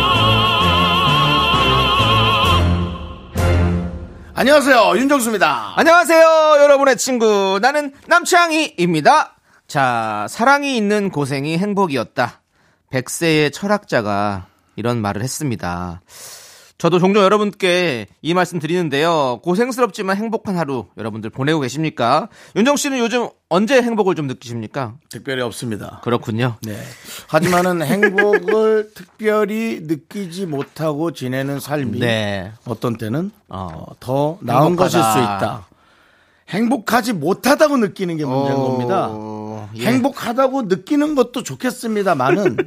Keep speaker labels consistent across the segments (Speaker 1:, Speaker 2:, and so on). Speaker 1: 안녕하세요. 윤정수입니다.
Speaker 2: 안녕하세요, 여러분의 친구. 나는 남창희입니다. 자, 사랑이 있는 고생이 행복이었다. 백세의 철학자가 이런 말을 했습니다. 저도 종종 여러분께 이 말씀 드리는데요. 고생스럽지만 행복한 하루 여러분들 보내고 계십니까? 윤정 씨는 요즘 언제 행복을 좀 느끼십니까?
Speaker 1: 특별히 없습니다.
Speaker 2: 그렇군요.
Speaker 1: 네. 하지만은 행복을 특별히 느끼지 못하고 지내는 삶이
Speaker 2: 네.
Speaker 1: 어떤 때는
Speaker 2: 어.
Speaker 1: 어, 더 나은
Speaker 2: 행복하다.
Speaker 1: 것일 수 있다. 행복하지 못하다고 느끼는 게 문제인
Speaker 2: 어,
Speaker 1: 겁니다.
Speaker 2: 예.
Speaker 1: 행복하다고 느끼는 것도 좋겠습니다만은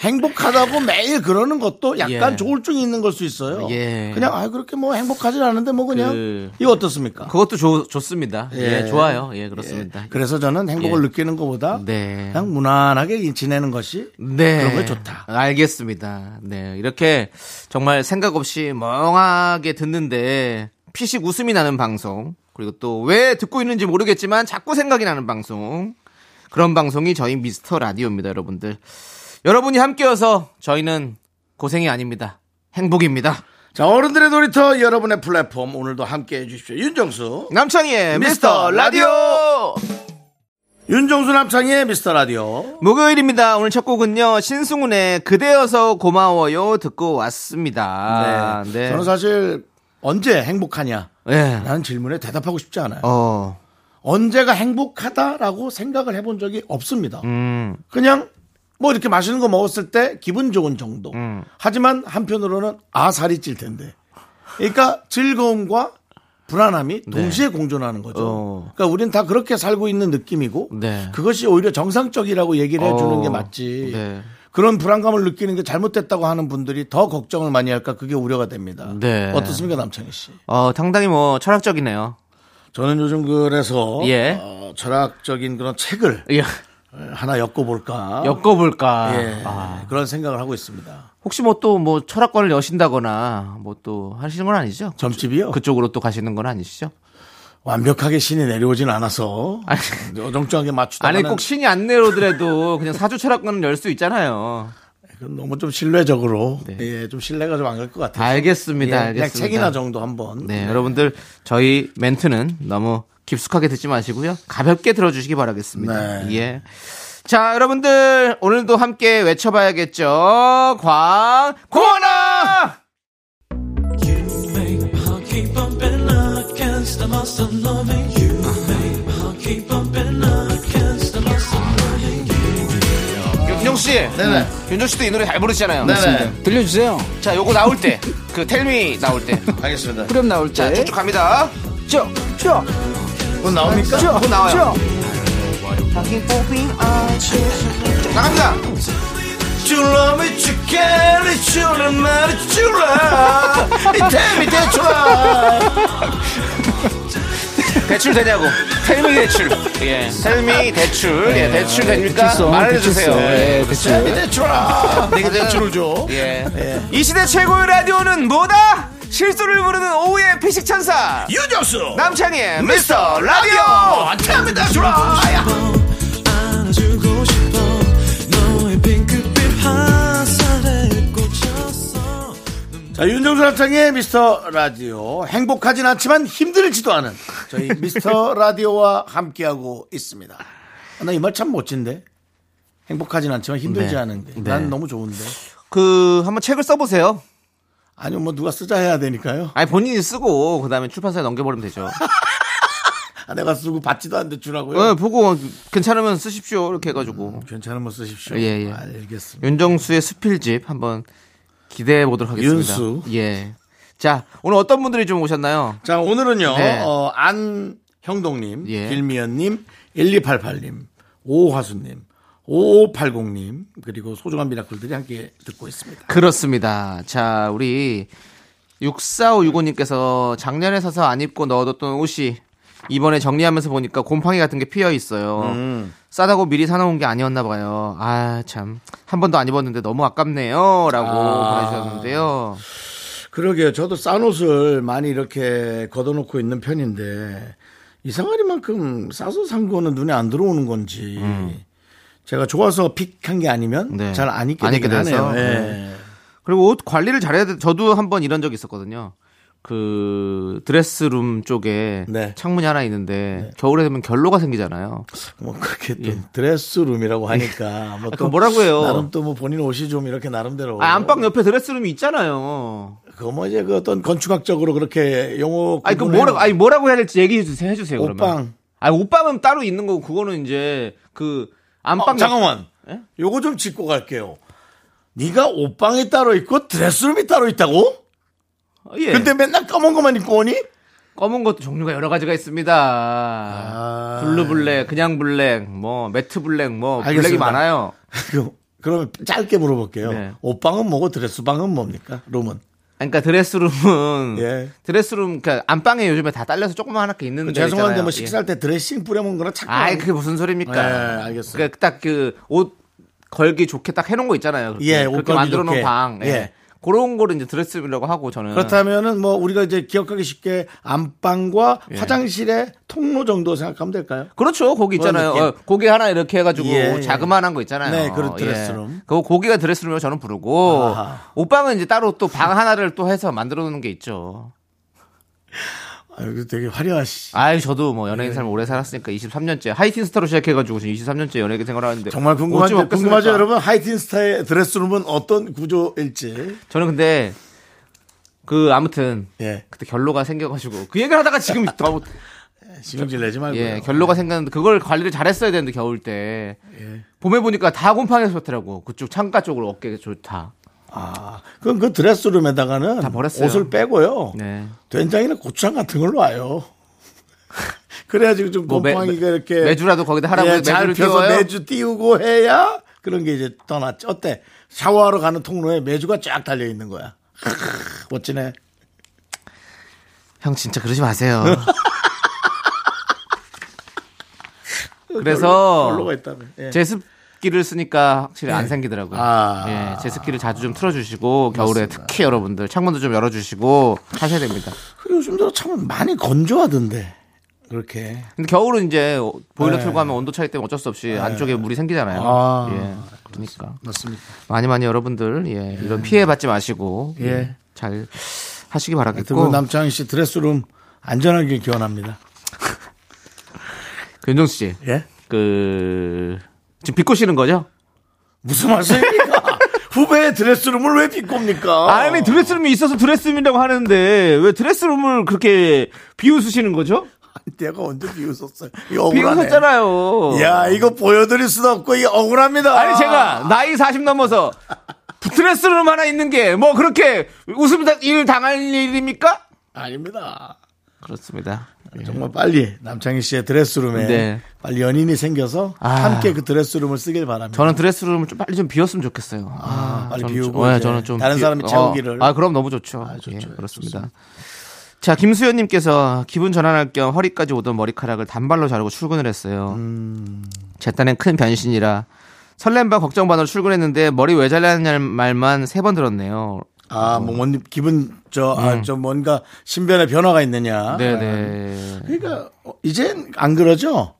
Speaker 1: 행복하다고 매일 그러는 것도 약간
Speaker 2: 예.
Speaker 1: 조울증이 있는 걸 수 있어요.
Speaker 2: 예.
Speaker 1: 그냥 아 그렇게 뭐 행복하진 않은데 뭐 그냥
Speaker 2: 그-
Speaker 1: 이거 어떻습니까?
Speaker 2: 그것도 좋, 좋습니다. 예,
Speaker 1: 예.
Speaker 2: 좋아요. 예, 그렇습니다.
Speaker 1: 그래서 저는 행복을
Speaker 2: 예.
Speaker 1: 느끼는 것보다
Speaker 2: 네.
Speaker 1: 그냥 무난하게 지내는 것이
Speaker 2: 네.
Speaker 1: 그런 게 좋다.
Speaker 2: 알겠습니다. 네. 이렇게 정말 생각 없이 멍하게 듣는데 피식 웃음이 나는 방송. 그리고 또 왜 듣고 있는지 모르겠지만 자꾸 생각이 나는 방송. 그런 방송이 저희 미스터 라디오입니다, 여러분들. 여러분이 함께여서 저희는 고생이 아닙니다. 행복입니다.
Speaker 1: 자, 어른들의 놀이터 여러분의 플랫폼 오늘도 함께 해주십시오. 윤정수.
Speaker 2: 남창희의
Speaker 1: 미스터
Speaker 2: 미스터 라디오!
Speaker 1: 윤정수 남창희의 미스터 라디오.
Speaker 2: 목요일입니다. 오늘 첫 곡은요, 신승훈의 그대여서 고마워요 듣고 왔습니다.
Speaker 1: 네. 저는 사실 언제 행복하냐?
Speaker 2: 네.
Speaker 1: 라는 질문에 대답하고 싶지 않아요.
Speaker 2: 어,
Speaker 1: 언제가 행복하다라고 생각을 해본 적이 없습니다.
Speaker 2: 음,
Speaker 1: 그냥 뭐 이렇게 맛있는 거 먹었을 때 기분 좋은 정도.
Speaker 2: 음.
Speaker 1: 하지만 한편으로는 아, 살이 찔 텐데. 그러니까 즐거움과 불안함이 동시에 공존하는 거죠.
Speaker 2: 네. 어.
Speaker 1: 그러니까 우린 다 그렇게 살고 있는 느낌이고
Speaker 2: 네.
Speaker 1: 그것이 오히려 정상적이라고 얘기를 해주는
Speaker 2: 어.
Speaker 1: 게 맞지.
Speaker 2: 네.
Speaker 1: 그런 불안감을 느끼는 게 잘못됐다고 하는 분들이 더 걱정을 많이 할까 그게 우려가 됩니다.
Speaker 2: 네.
Speaker 1: 어떻습니까 남창희 씨?
Speaker 2: 어, 당당히 뭐 철학적이네요.
Speaker 1: 저는 요즘 그래서
Speaker 2: 예.
Speaker 1: 어, 철학적인 그런 책을
Speaker 2: 예.
Speaker 1: 하나 엮어볼까.
Speaker 2: 엮어볼까.
Speaker 1: 예,
Speaker 2: 아,
Speaker 1: 그런 생각을 하고 있습니다.
Speaker 2: 혹시 뭐 또 뭐 철학관을 여신다거나 뭐 또 하시는 건 아니죠?
Speaker 1: 점집이요?
Speaker 2: 그쪽으로 또 가시는 건 아니시죠?
Speaker 1: 완벽하게 신이 내려오진 않아서
Speaker 2: 아니.
Speaker 1: 어정쩡하게 맞추다.
Speaker 2: 아니 꼭 신이 안 내려오더라도 그냥 사주 철학관을 열 수 있잖아요.
Speaker 1: 그 너무 좀 신뢰적으로
Speaker 2: 네.
Speaker 1: 예, 좀 신뢰가 좀 안 갈 것 같아요.
Speaker 2: 알겠습니다.
Speaker 1: 예, 그냥
Speaker 2: 알겠습니다.
Speaker 1: 책이나 정도 한번.
Speaker 2: 네, 여러분들 저희 멘트는 너무 깊숙하게 듣지 마시고요. 가볍게 들어주시기 바라겠습니다.
Speaker 1: 네.
Speaker 2: 예. 자, 여러분들 오늘도 함께 외쳐봐야겠죠. 광고나 윤정 씨, 네네. 윤정 씨도 이 노래 잘 부르시잖아요.
Speaker 1: 네네.
Speaker 3: 들려주세요.
Speaker 2: 자, 요거 나올 때, 그 텔미 나올 때,
Speaker 1: 알겠습니다.
Speaker 3: 후렴 나올 때.
Speaker 2: 자, 쭉쭉 갑니다.
Speaker 3: 쭉, 쭉,
Speaker 1: 곧 나옵니까?
Speaker 3: 쭉,
Speaker 2: 또 나와요.
Speaker 3: 쭉.
Speaker 2: 나갑니다.
Speaker 1: You love me, you care, you love me, you love me. Tell me that you love.
Speaker 2: 대출 되냐고. 텔미 대출. 예. 텔미 대출. 예, 대출 됩니까?
Speaker 3: 대출성,
Speaker 2: 말해주세요.
Speaker 3: 대출성.
Speaker 2: 예. 네
Speaker 3: 예,
Speaker 1: Tell
Speaker 3: 대출.
Speaker 1: me that you love. 내게
Speaker 2: 이거는-
Speaker 1: 대출을 줘.
Speaker 2: 예. 이 시대 최고의 라디오는 뭐다? 실수를 부르는 오후의 피식천사.
Speaker 1: 유정수 네.
Speaker 2: 남창희의 미스터 라디오!
Speaker 1: 라디오. Tell me that you love. 자, 윤정수 합창의 미스터 라디오. 행복하진 않지만 힘들지도 않은 저희 미스터 라디오와 함께하고 있습니다. 아, 나 이 말 참 멋진데? 행복하진 않지만 힘들지
Speaker 2: 네.
Speaker 1: 않은 게.
Speaker 2: 네.
Speaker 1: 난 너무 좋은데.
Speaker 2: 그, 한번 책을 써보세요.
Speaker 1: 아니요, 뭐 누가 쓰자 해야 되니까요.
Speaker 2: 아니, 본인이 쓰고, 그 다음에 출판사에 넘겨버리면 되죠.
Speaker 1: 아, 내가 쓰고 받지도 않는데 주라고요.
Speaker 2: 예, 보고, 괜찮으면 쓰십시오. 이렇게 해가지고.
Speaker 1: 괜찮으면 쓰십시오.
Speaker 2: 예, 예.
Speaker 1: 알겠습니다.
Speaker 2: 윤정수의 수필집 한번 기대해 보도록 하겠습니다.
Speaker 1: 윤수.
Speaker 2: 예. 자, 오늘 어떤 분들이 좀 오셨나요?
Speaker 1: 자, 오늘은요,
Speaker 2: 네.
Speaker 1: 어, 안형동님,
Speaker 2: 예.
Speaker 1: 길미연님, 1288님, 오화수님, 5580님, 그리고 소중한 미라클들이 함께 듣고 있습니다.
Speaker 2: 그렇습니다. 자, 아. 우리 6455님께서 작년에 사서 안 입고 넣어뒀던 옷이 이번에 정리하면서 보니까 곰팡이 같은 게 피어 있어요. 싸다고 미리 사놓은 게 아니었나 봐요. 아, 참. 한 번도 안 입었는데 너무 아깝네요. 라고
Speaker 1: 아.
Speaker 2: 보내주셨는데요.
Speaker 1: 그러게요. 저도 싼 옷을 많이 이렇게 걷어놓고 있는 편인데 이상하리만큼 싸서 산 거는 눈에 안 들어오는 건지 제가 좋아서 픽한 게 아니면
Speaker 2: 음. 네.
Speaker 1: 잘 안 입게
Speaker 2: 안 입게
Speaker 1: 되긴 하네요.
Speaker 2: 돼서.
Speaker 1: 예.
Speaker 2: 그리고 옷 관리를 잘해야 돼. 저도 한 번 이런 적이 있었거든요. 그 드레스룸 쪽에
Speaker 1: 네.
Speaker 2: 창문이 하나 있는데 겨울에 되면 결로가 생기잖아요.
Speaker 1: 뭐 그렇게 또 드레스룸이라고 하니까 뭐
Speaker 2: 예. 그거 뭐라고 해요?
Speaker 1: 나름 또 뭐 본인 옷이 좀 이렇게 나름대로
Speaker 2: 아, 안방 옆에 드레스룸이 있잖아요.
Speaker 1: 그거 뭐 이제 그 어떤 건축학적으로 그렇게 용어
Speaker 2: 아니 그
Speaker 1: 구분해요.
Speaker 2: 뭐라고 아니 뭐라고 해야 될지 얘기해 주세요. 해 주세요.
Speaker 1: 옷방.
Speaker 2: 그러면. 아니 옷방은 따로 있는 거고 그거는 이제 그
Speaker 1: 어,
Speaker 2: 안방
Speaker 1: 잠깐만
Speaker 2: 예?
Speaker 1: 요거 좀 짚고 갈게요. 네가 옷방이 따로 있고 드레스룸이 따로 있다고?
Speaker 2: 어, 예.
Speaker 1: 근데 맨날 검은 것만 입고 오니?
Speaker 2: 검은 것도 종류가 여러 가지가 있습니다.
Speaker 1: 아.
Speaker 2: 아. 블루 블랙, 그냥 블랙, 뭐 매트 블랙, 뭐 블랙이
Speaker 1: 알겠습니다.
Speaker 2: 많아요.
Speaker 1: 그, 그러면 짧게 물어볼게요.
Speaker 2: 네.
Speaker 1: 옷방은 뭐고 드레스방은 뭡니까? 룸은.
Speaker 2: 아니, 그러니까 드레스룸은
Speaker 1: 예.
Speaker 2: 드레스룸 그러니까 안방에 요즘에 다 딸려서 조그맣게 있는 데
Speaker 1: 죄송한데
Speaker 2: 있잖아요.
Speaker 1: 뭐 식사할 때 드레싱 뿌려 먹는 거나
Speaker 2: 예.
Speaker 1: 착각.
Speaker 2: 아이 그게 무슨 소리입니까?
Speaker 1: 예, 알겠어요.
Speaker 2: 그러니까 딱 그 옷 걸기 좋게 딱 해놓은 거 있잖아요. 그렇게,
Speaker 1: 예, 옷
Speaker 2: 그렇게
Speaker 1: 걸기
Speaker 2: 만들어 놓은
Speaker 1: 좋게.
Speaker 2: 방. 예.
Speaker 1: 예.
Speaker 2: 그런 거를 이제 드레스룸이라고 하고 저는
Speaker 1: 그렇다면은 뭐 우리가 이제 기억하기 쉽게 안방과
Speaker 2: 예.
Speaker 1: 화장실의 통로 정도 생각하면 될까요?
Speaker 2: 그렇죠. 고기
Speaker 1: 그런
Speaker 2: 있잖아요.
Speaker 1: 느낌.
Speaker 2: 어, 고기 하나 이렇게 해가지고
Speaker 1: 예, 예.
Speaker 2: 자그만한 거 있잖아요.
Speaker 1: 네, 그
Speaker 2: 예.
Speaker 1: 드레스룸.
Speaker 2: 그거 고기가 드레스룸이라고 저는 부르고
Speaker 1: 아하.
Speaker 2: 옷방은 이제 따로 또 방 하나를 또 해서 만들어 놓는 게 있죠.
Speaker 1: 아, 이거 되게 화려하시.
Speaker 2: 아유 저도 뭐 연예인 삶 오래 살았으니까 23년째 하이틴 스타로 시작해가지고 지금 23년째 연예계 생활하는데
Speaker 1: 정말
Speaker 2: 어찌
Speaker 1: 궁금한데
Speaker 2: 없겠습니까?
Speaker 1: 궁금하죠, 여러분? 하이틴 스타의 드레스룸은 어떤 구조일지.
Speaker 2: 저는 근데 그 아무튼
Speaker 1: 예.
Speaker 2: 그때 결로가 생겨가지고 그 얘기를 하다가 지금 더
Speaker 1: 신경질 내지 말고.
Speaker 2: 예, 결로가 생겼는데 그걸 관리를 잘했어야 되는데 겨울 때
Speaker 1: 예.
Speaker 2: 봄에 보니까 다 곰팡이가 좋더라고 그쪽 창가 쪽으로 어깨가 좋다.
Speaker 1: 아, 그럼 그 드레스룸에다가는
Speaker 2: 다 버렸어요.
Speaker 1: 옷을 빼고요.
Speaker 2: 네.
Speaker 1: 된장이나 고추장 같은 걸로 와요. 그래가지고 좀
Speaker 2: 뭐 매-
Speaker 1: 곰팡이가 이렇게
Speaker 2: 매주라도 거기다 하라고 해서
Speaker 1: 잘
Speaker 2: 매주를
Speaker 1: 펴서
Speaker 2: 띄워요?
Speaker 1: 매주 띄우고 해야 그런 게 이제 떠났지. 어때? 샤워하러 가는 통로에 매주가 쫙 달려 있는 거야. 크으, 멋지네.
Speaker 2: 형 진짜 그러지 마세요. 그래서
Speaker 1: 별로가 있다면. 예.
Speaker 2: 제습기를 쓰니까 확실히 안 생기더라고요.
Speaker 1: 아.
Speaker 2: 예, 제습기를 자주 좀 틀어주시고 겨울에 특히 여러분들 창문도 좀 열어주시고 하셔야 됩니다.
Speaker 1: 그 요즘 들어 참 많이 건조하던데. 그렇게.
Speaker 2: 근데 겨울은 이제 보일러
Speaker 1: 네.
Speaker 2: 틀고 하면 온도 차이 때문에 어쩔 수 없이 안쪽에 물이 생기잖아요.
Speaker 1: 아.
Speaker 2: 예, 그러니까
Speaker 1: 맞습니다.
Speaker 2: 많이 많이 여러분들 예, 이런 피해 받지 마시고
Speaker 1: 예.
Speaker 2: 예, 잘 하시기
Speaker 1: 하여튼
Speaker 2: 바라겠고
Speaker 1: 남창희 씨 드레스룸 안전하길 기원합니다.
Speaker 2: 그 윤정수 씨,
Speaker 1: 예?
Speaker 2: 그 지금 비꼬시는 거죠?
Speaker 1: 무슨 말씀입니까? 후배의 드레스룸을 왜 비꼽니까?
Speaker 2: 아니 드레스룸이 있어서 드레스룸이라고 하는데 왜 드레스룸을 그렇게 비웃으시는 거죠?
Speaker 1: 내가 언제 비웃었어요? 이거 억울하네.
Speaker 2: 비웃었잖아요.
Speaker 1: 야, 이거 보여드릴 수도 없고, 이게 억울합니다.
Speaker 2: 아니 제가 나이 40 넘어서 드레스룸 하나 있는 게 뭐 그렇게 웃음 다- 일 당할 일입니까?
Speaker 1: 아닙니다.
Speaker 2: 그렇습니다.
Speaker 1: 정말 빨리 남창희 씨의 드레스룸에
Speaker 2: 네.
Speaker 1: 빨리 연인이 생겨서
Speaker 2: 아.
Speaker 1: 함께 그 드레스룸을 쓰길 바랍니다.
Speaker 2: 저는 드레스룸을 좀 빨리 좀 비웠으면 좋겠어요.
Speaker 1: 아, 빨리
Speaker 2: 저는
Speaker 1: 비우고
Speaker 2: 좀, 예,
Speaker 1: 이제
Speaker 2: 저는 좀
Speaker 1: 다른
Speaker 2: 비-
Speaker 1: 사람이
Speaker 2: 어,
Speaker 1: 채우기를.
Speaker 2: 아 그럼 너무 좋죠.
Speaker 1: 아, 좋죠.
Speaker 2: 예,
Speaker 1: 예,
Speaker 2: 그렇습니다. 자 김수현님께서 기분 전환할 겸 허리까지 오던 머리카락을 단발로 자르고 출근을 했어요.
Speaker 1: 음.
Speaker 2: 제 딴엔 큰 변신이라 설렘 반 걱정 반으로 출근했는데 머리 왜 잘랐냐는 말만 세 번 들었네요.
Speaker 1: 아, 뭐, 뭔, 기분, 저, 아, 저 뭔가 신변에 변화가 있느냐.
Speaker 2: 음. 네네.
Speaker 1: 그러니까, 어, 이젠 안 그러죠?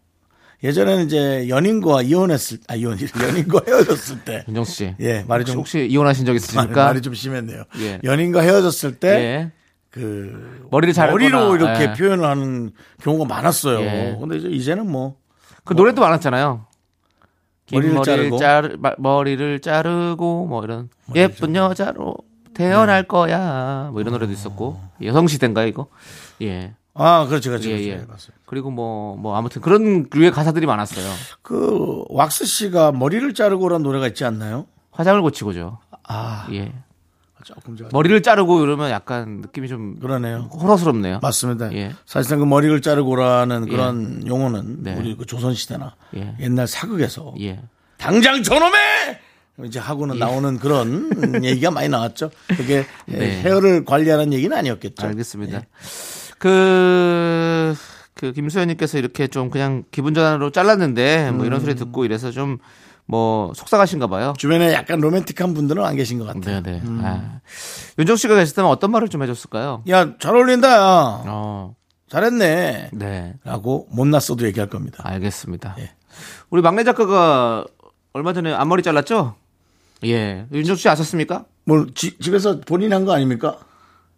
Speaker 1: 예전에는 이제 연인과 이혼했을, 아, 이혼, 연인과 헤어졌을 때.
Speaker 2: 윤정수 씨.
Speaker 1: 예, 말이
Speaker 2: 혹시,
Speaker 1: 좀-
Speaker 2: 혹시 이혼하신 적 있으십니까?
Speaker 1: 말이 좀 심했네요.
Speaker 2: 예.
Speaker 1: 연인과 헤어졌을 때
Speaker 2: 예.
Speaker 1: 그
Speaker 2: 머리를 자르거나,
Speaker 1: 머리로 이렇게
Speaker 2: 예.
Speaker 1: 표현을 하는 경우가 많았어요.
Speaker 2: 예.
Speaker 1: 근데 이제 이제는 뭐
Speaker 2: 그 노래도 많았잖아요. 긴
Speaker 1: 머리를 자르고.
Speaker 2: 자르- 마- 머리를 자르고 뭐 이런 예쁜 여자로 태어날
Speaker 1: 네.
Speaker 2: 거야 뭐 이런 노래도 있었고 여성 시대인가 이거 예
Speaker 1: 아, 그렇지, 그렇지,
Speaker 2: 예,
Speaker 1: 그렇지.
Speaker 2: 예.
Speaker 1: 맞습니다.
Speaker 2: 그리고 뭐 뭐 아무튼 그런 류의 가사들이 많았어요.
Speaker 1: 그 왁스 씨가 머리를 자르고란 노래가 있지 않나요?
Speaker 2: 화장을 고치고죠.
Speaker 1: 아,
Speaker 2: 예
Speaker 1: 조금 제가
Speaker 2: 머리를 자르고 이러면 약간 느낌이 좀
Speaker 1: 그러네요.
Speaker 2: 호러스럽네요.
Speaker 1: 아. 맞습니다.
Speaker 2: 예.
Speaker 1: 사실상 그 머리를 자르고라는 그런 용어는
Speaker 2: 네.
Speaker 1: 우리 그 조선 시대나
Speaker 2: 예.
Speaker 1: 옛날 사극에서
Speaker 2: 예
Speaker 1: 당장 저놈의 이제 하고는 나오는 그런 얘기가 많이 나왔죠. 그게
Speaker 2: 네.
Speaker 1: 헤어를 관리하는 얘기는 아니었겠죠. 예.
Speaker 2: 알겠습니다. 예. 그, 그, 김수현님께서 이렇게 좀 그냥 기분 전환으로 잘랐는데, 뭐 이런
Speaker 1: 음.
Speaker 2: 소리 듣고 이래서 좀, 뭐, 속상하신가 봐요.
Speaker 1: 주변에 약간 로맨틱한 분들은 안 계신 것 같아요.
Speaker 2: 네네. 아. 윤정 씨가 계셨다면 어떤 말을 좀 해줬을까요?
Speaker 1: 야, 잘 어울린다. 야.
Speaker 2: 어,
Speaker 1: 잘했네.
Speaker 2: 네.
Speaker 1: 라고 못났어도 얘기할
Speaker 2: 아.
Speaker 1: 겁니다.
Speaker 2: 알겠습니다.
Speaker 1: 예.
Speaker 2: 우리 막내 작가가 얼마 전에 앞머리 잘랐죠? 예. 윤정 씨 아셨습니까?
Speaker 1: 뭘 지- 집에서 본인 한 거 아닙니까?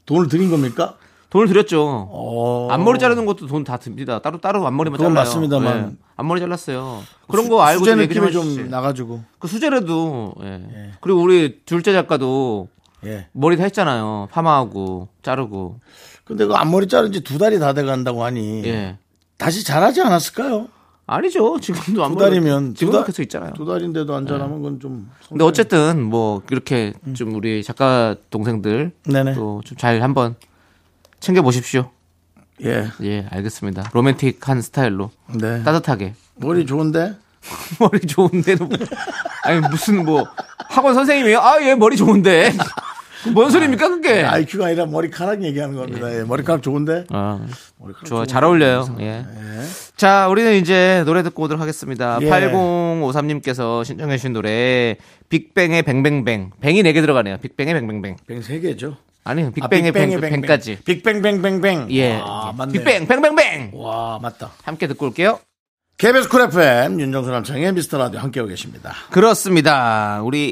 Speaker 1: 돈을 드린 겁니까?
Speaker 2: 돈을 드렸죠.
Speaker 1: 어.
Speaker 2: 앞머리 자르는 것도 돈 다 듭니다. 따로 따로 앞머리만
Speaker 1: 그건
Speaker 2: 잘라요.
Speaker 1: 맞습니다만.
Speaker 2: 예. 앞머리 잘랐어요. 그런 거 알고
Speaker 1: 수제
Speaker 2: 좀 얘기 좀
Speaker 1: 느낌이
Speaker 2: 해주시지.
Speaker 1: 좀 나가지고.
Speaker 2: 그 수제라도 예. 그리고 우리 둘째 작가도
Speaker 1: 예.
Speaker 2: 머리 다 했잖아요. 파마하고 자르고.
Speaker 1: 근데 그 앞머리 자른 지 두 달이 다 돼간다고 하니.
Speaker 2: 예.
Speaker 1: 다시 잘하지 않았을까요?
Speaker 2: 아니죠. 지금도
Speaker 1: 두
Speaker 2: 앞머리
Speaker 1: 달이면. 두
Speaker 2: 지금도
Speaker 1: 달-
Speaker 2: 계속 있잖아요.
Speaker 1: 두 달인데도 안 잘하면 그건 좀.
Speaker 2: 근데 어쨌든 뭐 이렇게 좀 우리 작가 동생들
Speaker 1: 음. 네네.
Speaker 2: 또 좀 잘 한번 챙겨 보십시오.
Speaker 1: 예.
Speaker 2: 예, 알겠습니다. 로맨틱한 스타일로
Speaker 1: 네.
Speaker 2: 따뜻하게
Speaker 1: 머리 좋은데?
Speaker 2: 머리 좋은데도 뭐- 아니 무슨 뭐 학원 선생님이에요? 아, 얘 머리 좋은데. 뭔 소리입니까 그게?
Speaker 1: IQ가 아니라 머리카락 얘기하는 겁니다. 예, 머리카락 좋은데?
Speaker 2: 아,
Speaker 1: 머리카락
Speaker 2: 좋아
Speaker 1: 좋은데? 네.
Speaker 2: 잘 어울려요. 예. 자, 우리는 이제 노래 듣고 오도록 하겠습니다.
Speaker 1: 예.
Speaker 2: 8053님께서 신청해 주신 노래 빅뱅의 뱅뱅뱅. 뱅이 네 개 들어가네요. 빅뱅의 뱅뱅뱅.
Speaker 1: 뱅세 개죠.
Speaker 2: 아니, 빅뱅의 그 뱅, 뱅까지.
Speaker 1: 빅뱅뱅뱅뱅.
Speaker 2: 예.
Speaker 1: 아, 맞네.
Speaker 2: 빅뱅 뱅뱅뱅.
Speaker 1: 와, 맞다.
Speaker 2: 함께 듣고 올게요.
Speaker 1: KBS 쿨 FM 윤정수 남창의 미스터 라디오 함께하고 계십니다.
Speaker 2: 그렇습니다. 우리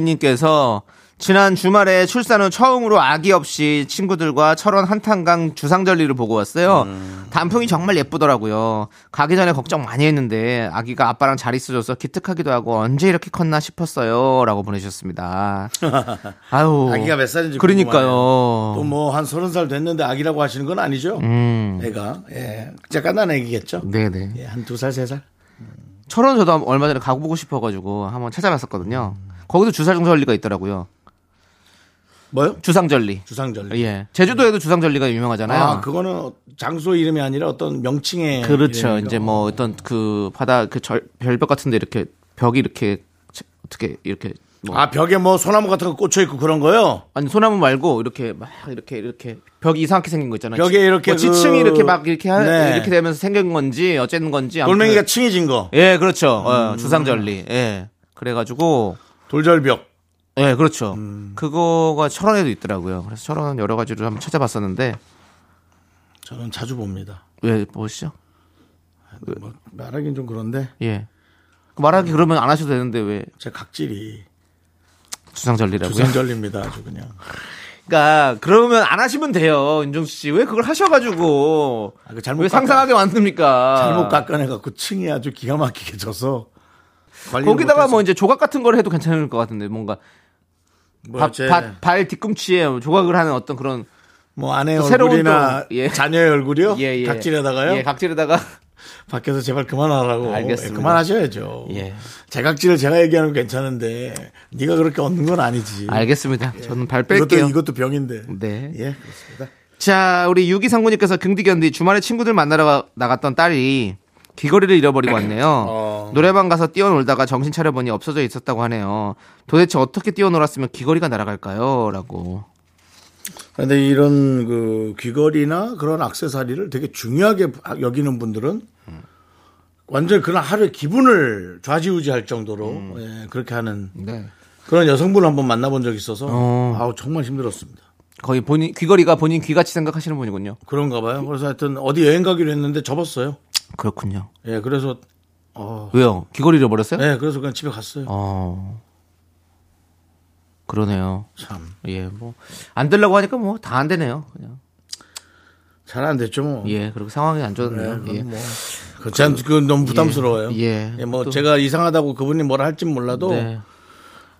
Speaker 2: 1852님께서 지난 주말에 출산 후 처음으로 아기 없이 친구들과 철원 한탄강 주상절리를 보고 왔어요.
Speaker 1: 음.
Speaker 2: 단풍이 정말 예쁘더라고요. 가기 전에 걱정 많이 했는데 아기가 아빠랑 잘 있어줘서 기특하기도 하고 언제 이렇게 컸나 싶었어요. 라고 보내주셨습니다. 아유.
Speaker 1: 아기가 몇 살인지
Speaker 2: 그러니까요.
Speaker 1: 또 뭐 한 서른 살 됐는데 아기라고 하시는 건 아니죠?
Speaker 2: 음.
Speaker 1: 애가 예, 잠깐 난 애기겠죠?
Speaker 2: 네네.
Speaker 1: 예, 한 두 살, 세 살.
Speaker 2: 철원 저도 얼마 전에 가보고 싶어가지고 한번 찾아봤었거든요. 거기도 주상절리가 있더라고요.
Speaker 1: 뭐요?
Speaker 2: 주상절리.
Speaker 1: 주상절리.
Speaker 2: 예. 제주도에도 주상절리가 유명하잖아요.
Speaker 1: 아, 그거는 장소 이름이 아니라 어떤 명칭의
Speaker 2: 그렇죠.
Speaker 1: 이름인가?
Speaker 2: 이제 뭐 어떤 그 바다 그 절, 별벽 같은데 이렇게 벽이 이렇게 채- 어떻게 이렇게 뭐
Speaker 1: 아 벽에 뭐 소나무 같은 거 꽂혀 있고 그런 거요.
Speaker 2: 아니 소나무 말고 이렇게 막 이렇게 이렇게 벽이 이상하게 생긴 거 있잖아요.
Speaker 1: 벽에
Speaker 2: 지-
Speaker 1: 이렇게
Speaker 2: 뭐 지층이
Speaker 1: 그-
Speaker 2: 이렇게 막 이렇게 하-
Speaker 1: 네.
Speaker 2: 이렇게 되면서 생긴 건지 어쨌든 건지 아무튼-
Speaker 1: 돌멩이가 음. 층해진 거.
Speaker 2: 예 그렇죠. 어, 주상절리 예 그래가지고
Speaker 1: 돌절벽.
Speaker 2: 예 그렇죠.
Speaker 1: 음.
Speaker 2: 그거가 철원에도 있더라고요. 그래서 철원 여러 가지로 한번 찾아봤었는데
Speaker 1: 저는 자주 봅니다.
Speaker 2: 왜 보시죠?
Speaker 1: 뭐 말하긴 좀 그런데
Speaker 2: 예 말하기 그러면 안 하셔도 되는데 왜
Speaker 1: 제 각질이
Speaker 2: 주상절리라고요?
Speaker 1: 주상절리입니다. 아주 그냥.
Speaker 2: 그러니까 그러면 안 하시면 돼요, 윤정수 씨. 왜 그걸 하셔가지고
Speaker 1: 아, 그 잘못
Speaker 2: 왜
Speaker 1: 깎아-
Speaker 2: 상상하게 만듭니까?
Speaker 1: 잘못 깎아내갖고 층이 아주 기가 막히게 져서. 관리를
Speaker 2: 거기다가
Speaker 1: 못해서
Speaker 2: 뭐 이제 조각 같은 걸 해도 괜찮을 것 같은데 뭔가
Speaker 1: 뭐
Speaker 2: 밥,
Speaker 1: 제-
Speaker 2: 밭, 발 뒤꿈치에 조각을 하는 어떤 그런
Speaker 1: 뭐 아내
Speaker 2: 또 새로운
Speaker 1: 얼굴이나
Speaker 2: 또- 예.
Speaker 1: 자녀의 얼굴이요?
Speaker 2: 예, 예.
Speaker 1: 각질에다가요?
Speaker 2: 예, 각질에다가
Speaker 1: 밖에서 제발 그만하라고.
Speaker 2: 알겠습니다.
Speaker 1: 예, 그만하셔야죠.
Speaker 2: 예.
Speaker 1: 제 각질을 제가 얘기하는 건 괜찮은데 네가 그렇게 얻는 건 아니지.
Speaker 2: 알겠습니다. 저는 발
Speaker 1: 예. 이것도,
Speaker 2: 뺄게요.
Speaker 1: 이것도 병인데.
Speaker 2: 네.
Speaker 1: 예, 그렇습니다.
Speaker 2: 자, 우리 유기상구님께서 긍디견디 주말에 친구들 만나러 가- 나갔던 딸이 귀걸이를 잃어버리고 왔네요.
Speaker 1: 어.
Speaker 2: 노래방 가서 뛰어놀다가 정신 차려보니 없어져 있었다고 하네요. 도대체 어떻게 뛰어놀았으면 귀걸이가 날아갈까요? 라고.
Speaker 1: 그런데 이런 그 귀걸이나 그런 악세사리를 되게 중요하게 여기는 분들은
Speaker 2: 음.
Speaker 1: 완전 그런 하루의 기분을 좌지우지할 정도로
Speaker 2: 음.
Speaker 1: 예, 그렇게 하는
Speaker 2: 네.
Speaker 1: 그런 여성분을 한번 만나본 적이 있어서
Speaker 2: 어.
Speaker 1: 아우 정말 힘들었습니다.
Speaker 2: 거의 본인 귀걸이가 본인 귀같이 생각하시는 분이군요.
Speaker 1: 그런가 봐요. 그래서 하여튼 어디 여행 가기로 했는데 접었어요.
Speaker 2: 그렇군요.
Speaker 1: 예, 그래서 어,
Speaker 2: 왜요? 귀걸이를 버렸어요?
Speaker 1: 예, 그래서 그냥 집에 갔어요.
Speaker 2: 어. 그러네요.
Speaker 1: 참.
Speaker 2: 예, 뭐 안 되려고 하니까 뭐 다 안 되네요. 그냥.
Speaker 1: 잘 안 됐죠, 뭐.
Speaker 2: 예, 그리고 상황이 안
Speaker 1: 예,
Speaker 2: 좋네요.
Speaker 1: 그건
Speaker 2: 예.
Speaker 1: 뭐. 그, 참, 그, 너무 부담스러워요.
Speaker 2: 예.
Speaker 1: 뭐,
Speaker 2: 또-
Speaker 1: 제가 이상하다고 그분이 뭐라 할진 몰라도.
Speaker 2: 네.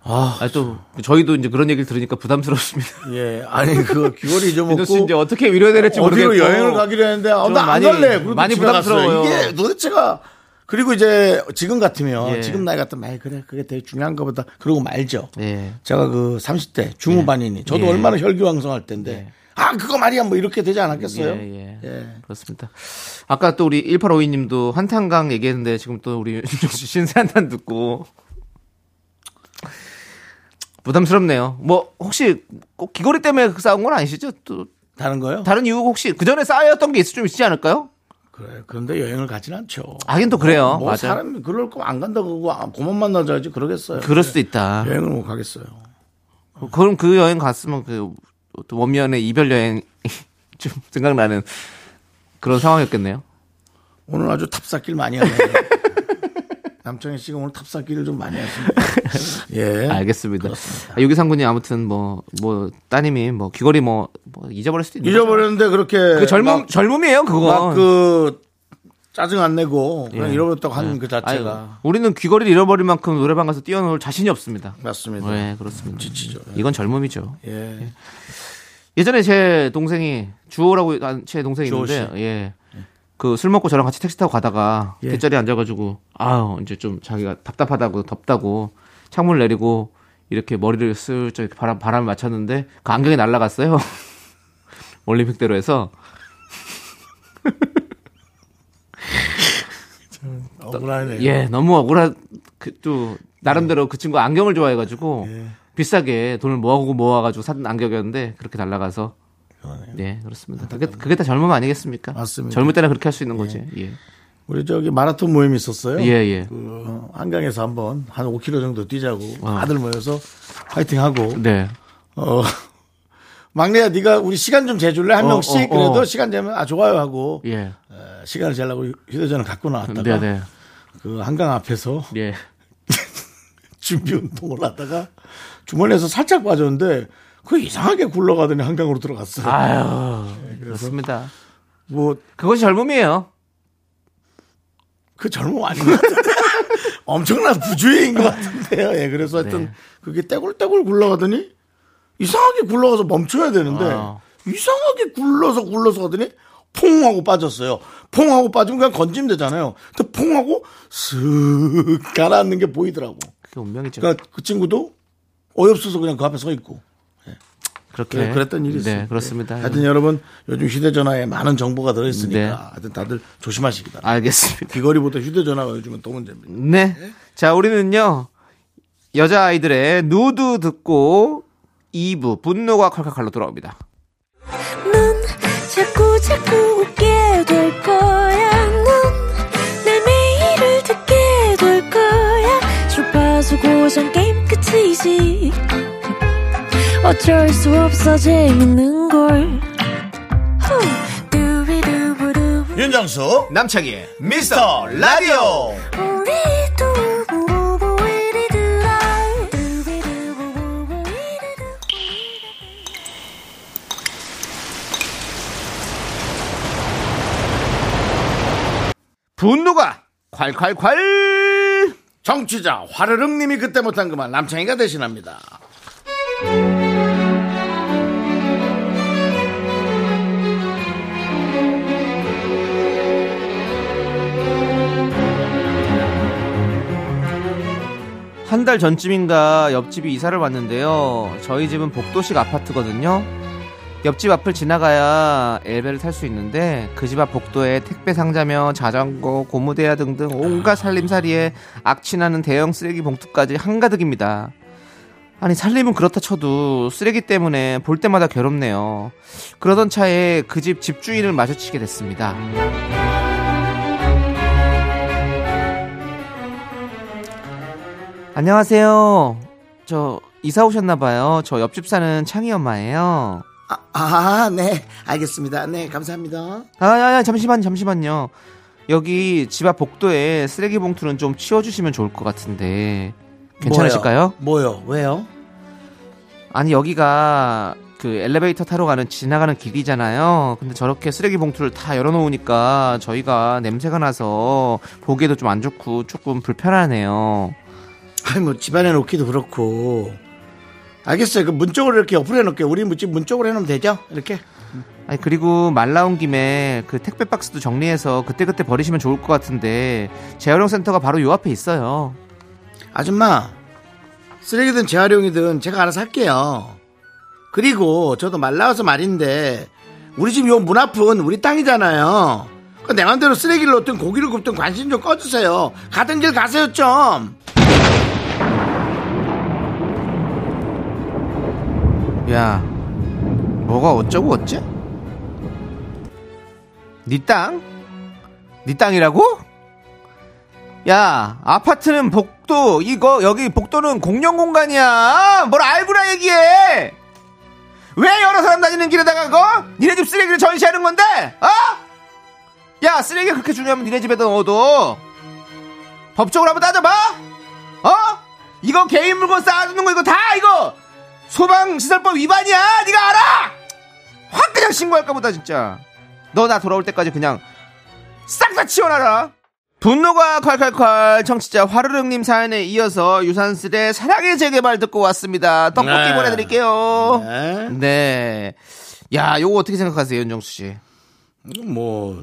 Speaker 2: 아, 또 저희도 이제 그런 얘기를 들으니까 부담스럽습니다.
Speaker 1: 예. 아니, 그, 귀걸이
Speaker 2: 민호 씨
Speaker 1: 잊어먹고.
Speaker 2: 이제 어떻게 위로해야 될지
Speaker 1: 어디로
Speaker 2: 모르겠고.
Speaker 1: 여행을 가기로 했는데, 아,
Speaker 2: 좀
Speaker 1: 나안
Speaker 2: 많이-
Speaker 1: 갈래. 그리고
Speaker 2: 많이
Speaker 1: 집에 갔어요.
Speaker 2: 부담스러워요.
Speaker 1: 이게 도대체가. 그리고 이제, 지금 같으면,
Speaker 2: 예.
Speaker 1: 지금 나이 같으면, 아이, 그래, 그게 되게 중요한가 보다. 그러고 말죠.
Speaker 2: 예.
Speaker 1: 제가 그 30대 중후반이니, 저도
Speaker 2: 예.
Speaker 1: 얼마나 혈기왕성할 텐데, 아, 그거 말이야, 뭐, 이렇게 되지 않았겠어요?
Speaker 2: 예, 예. 그렇습니다. 아까 또 우리 1852 님도 한탄강 얘기했는데 지금 또 우리 윤종 씨 신세 한탄 듣고 부담스럽네요. 뭐 혹시 꼭 귀걸이 때문에 그 싸운 건 아니시죠? 또
Speaker 1: 다른 거요?
Speaker 2: 다른 이유 혹시 그 전에 쌓였던 게 있, 좀 있지 않을까요?
Speaker 1: 그래. 그런데 여행을 가진 않죠.
Speaker 2: 하긴 또 그래요.
Speaker 1: 뭐
Speaker 2: 맞아요.
Speaker 1: 사람 그럴 거면 안 간다 그러고 아, 고만 만나자지 그러겠어요. 예.
Speaker 2: 그럴 수도 있다.
Speaker 1: 여행을 못 가겠어요.
Speaker 2: 그럼 그 여행 갔으면 그 어떤 원면의 이별 여행 좀 생각나는 그런 상황이었겠네요.
Speaker 1: 오늘 아주 탑쌓기를 많이 하네요. 남창희 씨가 오늘 탑쌓기를 좀 많이 하십니다. 예.
Speaker 2: 알겠습니다. 유기상군님 아무튼 뭐 뭐 따님이 뭐 귀걸이 뭐, 뭐 잊어버릴 수도 있는
Speaker 1: 잊어버렸는데 그렇게
Speaker 2: 그 젊음 젊음이에요 그거.
Speaker 1: 막그 짜증 안 내고 그냥
Speaker 2: 예.
Speaker 1: 잃어버렸다고 하는 그
Speaker 2: 아이고,
Speaker 1: 자체가
Speaker 2: 우리는 귀걸이를 잃어버릴 만큼 노래방 가서 뛰어놀 자신이 없습니다.
Speaker 1: 맞습니다.
Speaker 2: 네 그렇습니다.
Speaker 1: 지치죠.
Speaker 2: 이건 젊음이죠.
Speaker 1: 예.
Speaker 2: 예전에 제 동생이 주호라고 한- 제 동생이
Speaker 1: 주호
Speaker 2: 있는데 예. 그 술 먹고 저랑 같이 택시 타고 가다가
Speaker 1: 예.
Speaker 2: 뒷자리에 앉아가지고 아우 이제 좀 자기가 답답하다고 덥다고 창문을 내리고 이렇게 머리를 슬쩍 이렇게 바람 바람에 맞췄는데 그 안경이 날아갔어요 올림픽대로에서
Speaker 1: 억울하네요.
Speaker 2: 예 너무 억울한 그또
Speaker 1: 예.
Speaker 2: 나름대로 그 친구 안경을 좋아해가지고 비싸게 돈을 모아고 모아가지고 산 안경이었는데 그렇게 날아가서 예 그렇습니다 그게 그게 다 젊음 아니겠습니까
Speaker 1: 아, 네. 맞습니다.
Speaker 2: 젊을 때나 그렇게 할 수 있는 거지 예.
Speaker 1: 우리 저기 마라톤 모임 있었어요.
Speaker 2: 예, 예.
Speaker 1: 그 한강에서 한번 한 5km 정도 뛰자고
Speaker 2: 아.
Speaker 1: 다들 모여서 파이팅 하고
Speaker 2: 네.
Speaker 1: 어 막내야 네가 우리 시간 좀 재줄래 한
Speaker 2: 어,
Speaker 1: 명씩
Speaker 2: 어, 어.
Speaker 1: 그래도 시간 되면 아 좋아요 하고
Speaker 2: 예.
Speaker 1: 어, 시간을 재려고 휴대전화 갖고 나왔다가 네,
Speaker 2: 네, 네.
Speaker 1: 그 한강 앞에서
Speaker 2: 예.
Speaker 1: 준비 운동을 하다가 주머니에서 살짝 빠졌는데 그 이상하게 굴러가더니 한강으로 들어갔어요.
Speaker 2: 아유. 그렇습니다.
Speaker 1: 뭐 그
Speaker 2: 그것이 젊음이에요.
Speaker 1: 젊음 아닌 것 같은데 엄청난 부주의인 것 같은데요. 예, 그래서 하여튼
Speaker 2: 네.
Speaker 1: 그게 떼굴떼굴 굴러가더니 이상하게 굴러가서 멈춰야 되는데
Speaker 2: 어.
Speaker 1: 이상하게 굴러서 굴러서 가더니 퐁 하고 빠졌어요. 퐁 하고 빠지면 그냥 건지면 되잖아요. 근데 퐁 하고 슥 가라앉는 게 보이더라고.
Speaker 2: 그게 운명이죠.
Speaker 1: 그러니까 그 친구도 어이없어서 그냥 그 앞에 서 있고.
Speaker 2: 그렇게
Speaker 1: 네, 그랬던 일이 있어요. 예.
Speaker 2: 네, 그렇습니다.
Speaker 1: 하여튼 여러분 요즘 휴대전화에 많은 정보가 들어있으니까
Speaker 2: 네.
Speaker 1: 하여튼 다들 조심하시기 바랍니다.
Speaker 2: 알겠습니다.
Speaker 1: 귀걸이보다 휴대전화가 요즘은 더 문제입니다.
Speaker 2: 네. 자, 우리는요. 여자아이들의 누드 듣고 2부 분노가 칼칼칼로 돌아옵니다.
Speaker 3: 넌 자꾸 자꾸 웃게 될 거야. 넌내 매일을 듣게 될 거야. 주파수 고정 게임 끝이지. 어쩔 수 없어 재밌는 걸. 후. 두비두부두.
Speaker 1: 윤정수
Speaker 2: 남창희의
Speaker 1: 미스터 라디오
Speaker 3: 우리 두부부부 우리 두라. 두비두부부부 우리 두라.
Speaker 2: 분노가 콸콸콸!
Speaker 1: 정취자 화르릉님이 그때 못한 그만 남창희가 대신합니다.
Speaker 2: 한 달 전쯤인가 옆집이 이사를 왔는데요. 저희 집은 복도식 아파트거든요. 옆집 앞을 지나가야 엘베를 탈 수 있는데 그 집 앞 복도에 택배 상자며 자전거, 고무대야 등등 온갖 살림살이에 악취나는 대형 쓰레기 봉투까지 한가득입니다. 아니 살림은 그렇다 쳐도 쓰레기 때문에 볼 때마다 괴롭네요. 그러던 차에 그 집 집주인을 마주치게 됐습니다. 안녕하세요. 저 이사 오셨나 봐요. 저 옆집 사는 창희 엄마예요.
Speaker 1: 아, 네, 알겠습니다. 네, 감사합니다.
Speaker 2: 아, 아, 아, 잠시만, 잠시만요. 여기 집 앞 복도에 쓰레기 봉투는 좀 치워주시면 좋을 것 같은데 괜찮으실까요?
Speaker 1: 뭐요? 왜요?
Speaker 2: 아니 여기가 그 엘리베이터 타러 가는 지나가는 길이잖아요. 근데 저렇게 쓰레기 봉투를 다 열어놓으니까 저희가 냄새가 나서 보기에도 좀 안 좋고 조금 불편하네요.
Speaker 1: 아니 뭐 집안에 놓기도 그렇고 알겠어요. 그 문쪽으로 이렇게 옆으로 해놓을게요. 우리 집 문쪽으로 해놓으면 되죠? 이렇게
Speaker 2: 아니 그리고 말 나온 김에 그 택배 박스도 정리해서 그때그때 버리시면 좋을 것 같은데 재활용 센터가 바로 요 앞에 있어요.
Speaker 1: 아줌마 쓰레기든 재활용이든 제가 알아서 할게요 그리고 저도 말 나와서 말인데 우리 집 요 문 앞은 우리 땅이잖아요 그내 맘대로 쓰레기를 넣든 고기를 굽든 관심 좀 꺼주세요 가던 길 가세요 좀
Speaker 2: 야, 뭐가 어쩌고 어째? 니 땅? 니 땅이라고? 야, 아파트는 복도, 이거, 여기 복도는 공용 공간이야. 뭘 알고나 얘기해! 왜 여러 사람 다니는 길에다가 그거? 니네 집 쓰레기를 전시하는 건데? 어? 야, 쓰레기가 그렇게 중요하면 니네 집에다 넣어도 법적으로 한번 따져봐! 어? 이거 개인 물건 쌓아두는 거 이거 다 이거 소방시설법 위반이야! 니가 알아! 확 그냥 신고할까 보다 진짜 너 나 돌아올 때까지 그냥 싹 다 치워놔라 분노가 콸콸콸 청취자 화르릉님 사연에 이어서 유산슬의 사랑의 재개발 듣고 왔습니다 떡볶이
Speaker 1: 네.
Speaker 2: 보내드릴게요
Speaker 1: 네.
Speaker 2: 네. 야, 요거 어떻게 생각하세요, 윤정수 씨?
Speaker 1: 뭐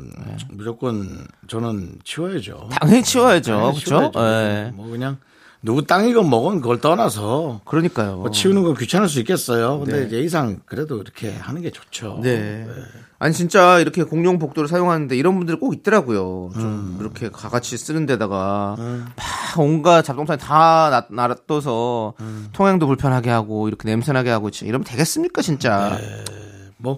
Speaker 1: 무조건 저는 치워야죠.
Speaker 2: 당연히 치워야죠.
Speaker 1: 당연히
Speaker 2: 그렇죠?
Speaker 1: 치워야죠. 뭐 그냥 누구 땅이건 뭐건 그걸 떠나서
Speaker 2: 그러니까요.
Speaker 1: 뭐 치우는 건 귀찮을 수 있겠어요. 근데 예의상 그래도 이렇게 하는 게 좋죠.
Speaker 2: 네. 아니 진짜 이렇게 공용 복도를 사용하는데 이런 분들이 꼭 있더라고요.
Speaker 1: 음.
Speaker 2: 좀 이렇게 다 같이 쓰는 데다가 막 온갖 잡동사니 다 놔- 놔둬서
Speaker 1: 음.
Speaker 2: 통행도 불편하게 하고 이렇게 냄새나게 하고 지- 이러면 되겠습니까 진짜?
Speaker 1: 뭐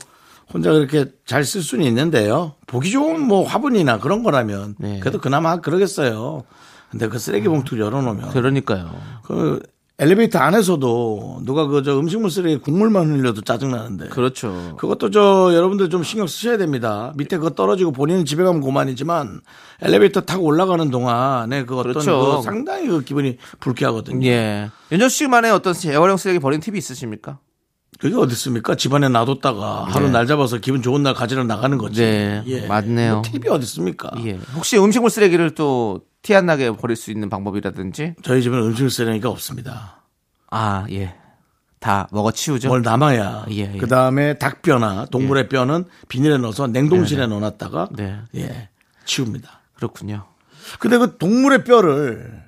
Speaker 1: 혼자 그렇게 잘 쓸 수는 있는데요. 보기 좋은 뭐 화분이나 그런 거라면
Speaker 2: 네.
Speaker 1: 그래도 그나마 그러겠어요. 근데 그 쓰레기 봉투를 열어놓으면
Speaker 2: 그러니까요.
Speaker 1: 그 엘리베이터 안에서도 누가 그 저 음식물 쓰레기 국물만 흘려도 짜증나는데
Speaker 2: 그렇죠.
Speaker 1: 그것도 저 여러분들 좀 신경 쓰셔야 됩니다. 밑에 그거 떨어지고 본인은 집에 가면 고만이지만 엘리베이터 타고 올라가는 동안에 그 어떤
Speaker 2: 그렇죠.
Speaker 1: 그 상당히 그 기분이 불쾌하거든요.
Speaker 2: 예. 윤정수 씨만의 어떤 재활용 쓰레기 버리는 팁이 있으십니까?
Speaker 1: 그게 어딨습니까? 집안에 놔뒀다가 하루 날 잡아서 기분 좋은 날 가지러 나가는 거지.
Speaker 2: 네, 맞네요.
Speaker 1: 뭐 팁이 어딨습니까?
Speaker 2: 예. 혹시 음식물 쓰레기를 또 티 안 나게 버릴 수 있는 방법이라든지?
Speaker 1: 저희 집은 음식 쓰레기가 없습니다.
Speaker 2: 아, 예. 다 먹어 치우죠.
Speaker 1: 뭘 남아야.
Speaker 2: 예, 예.
Speaker 1: 그 다음에 닭뼈나 동물의 뼈는 비닐에 넣어서 냉동실에 넣어놨다가
Speaker 2: 네.
Speaker 1: 예 치웁니다.
Speaker 2: 그렇군요.
Speaker 1: 근데 그 동물의 뼈를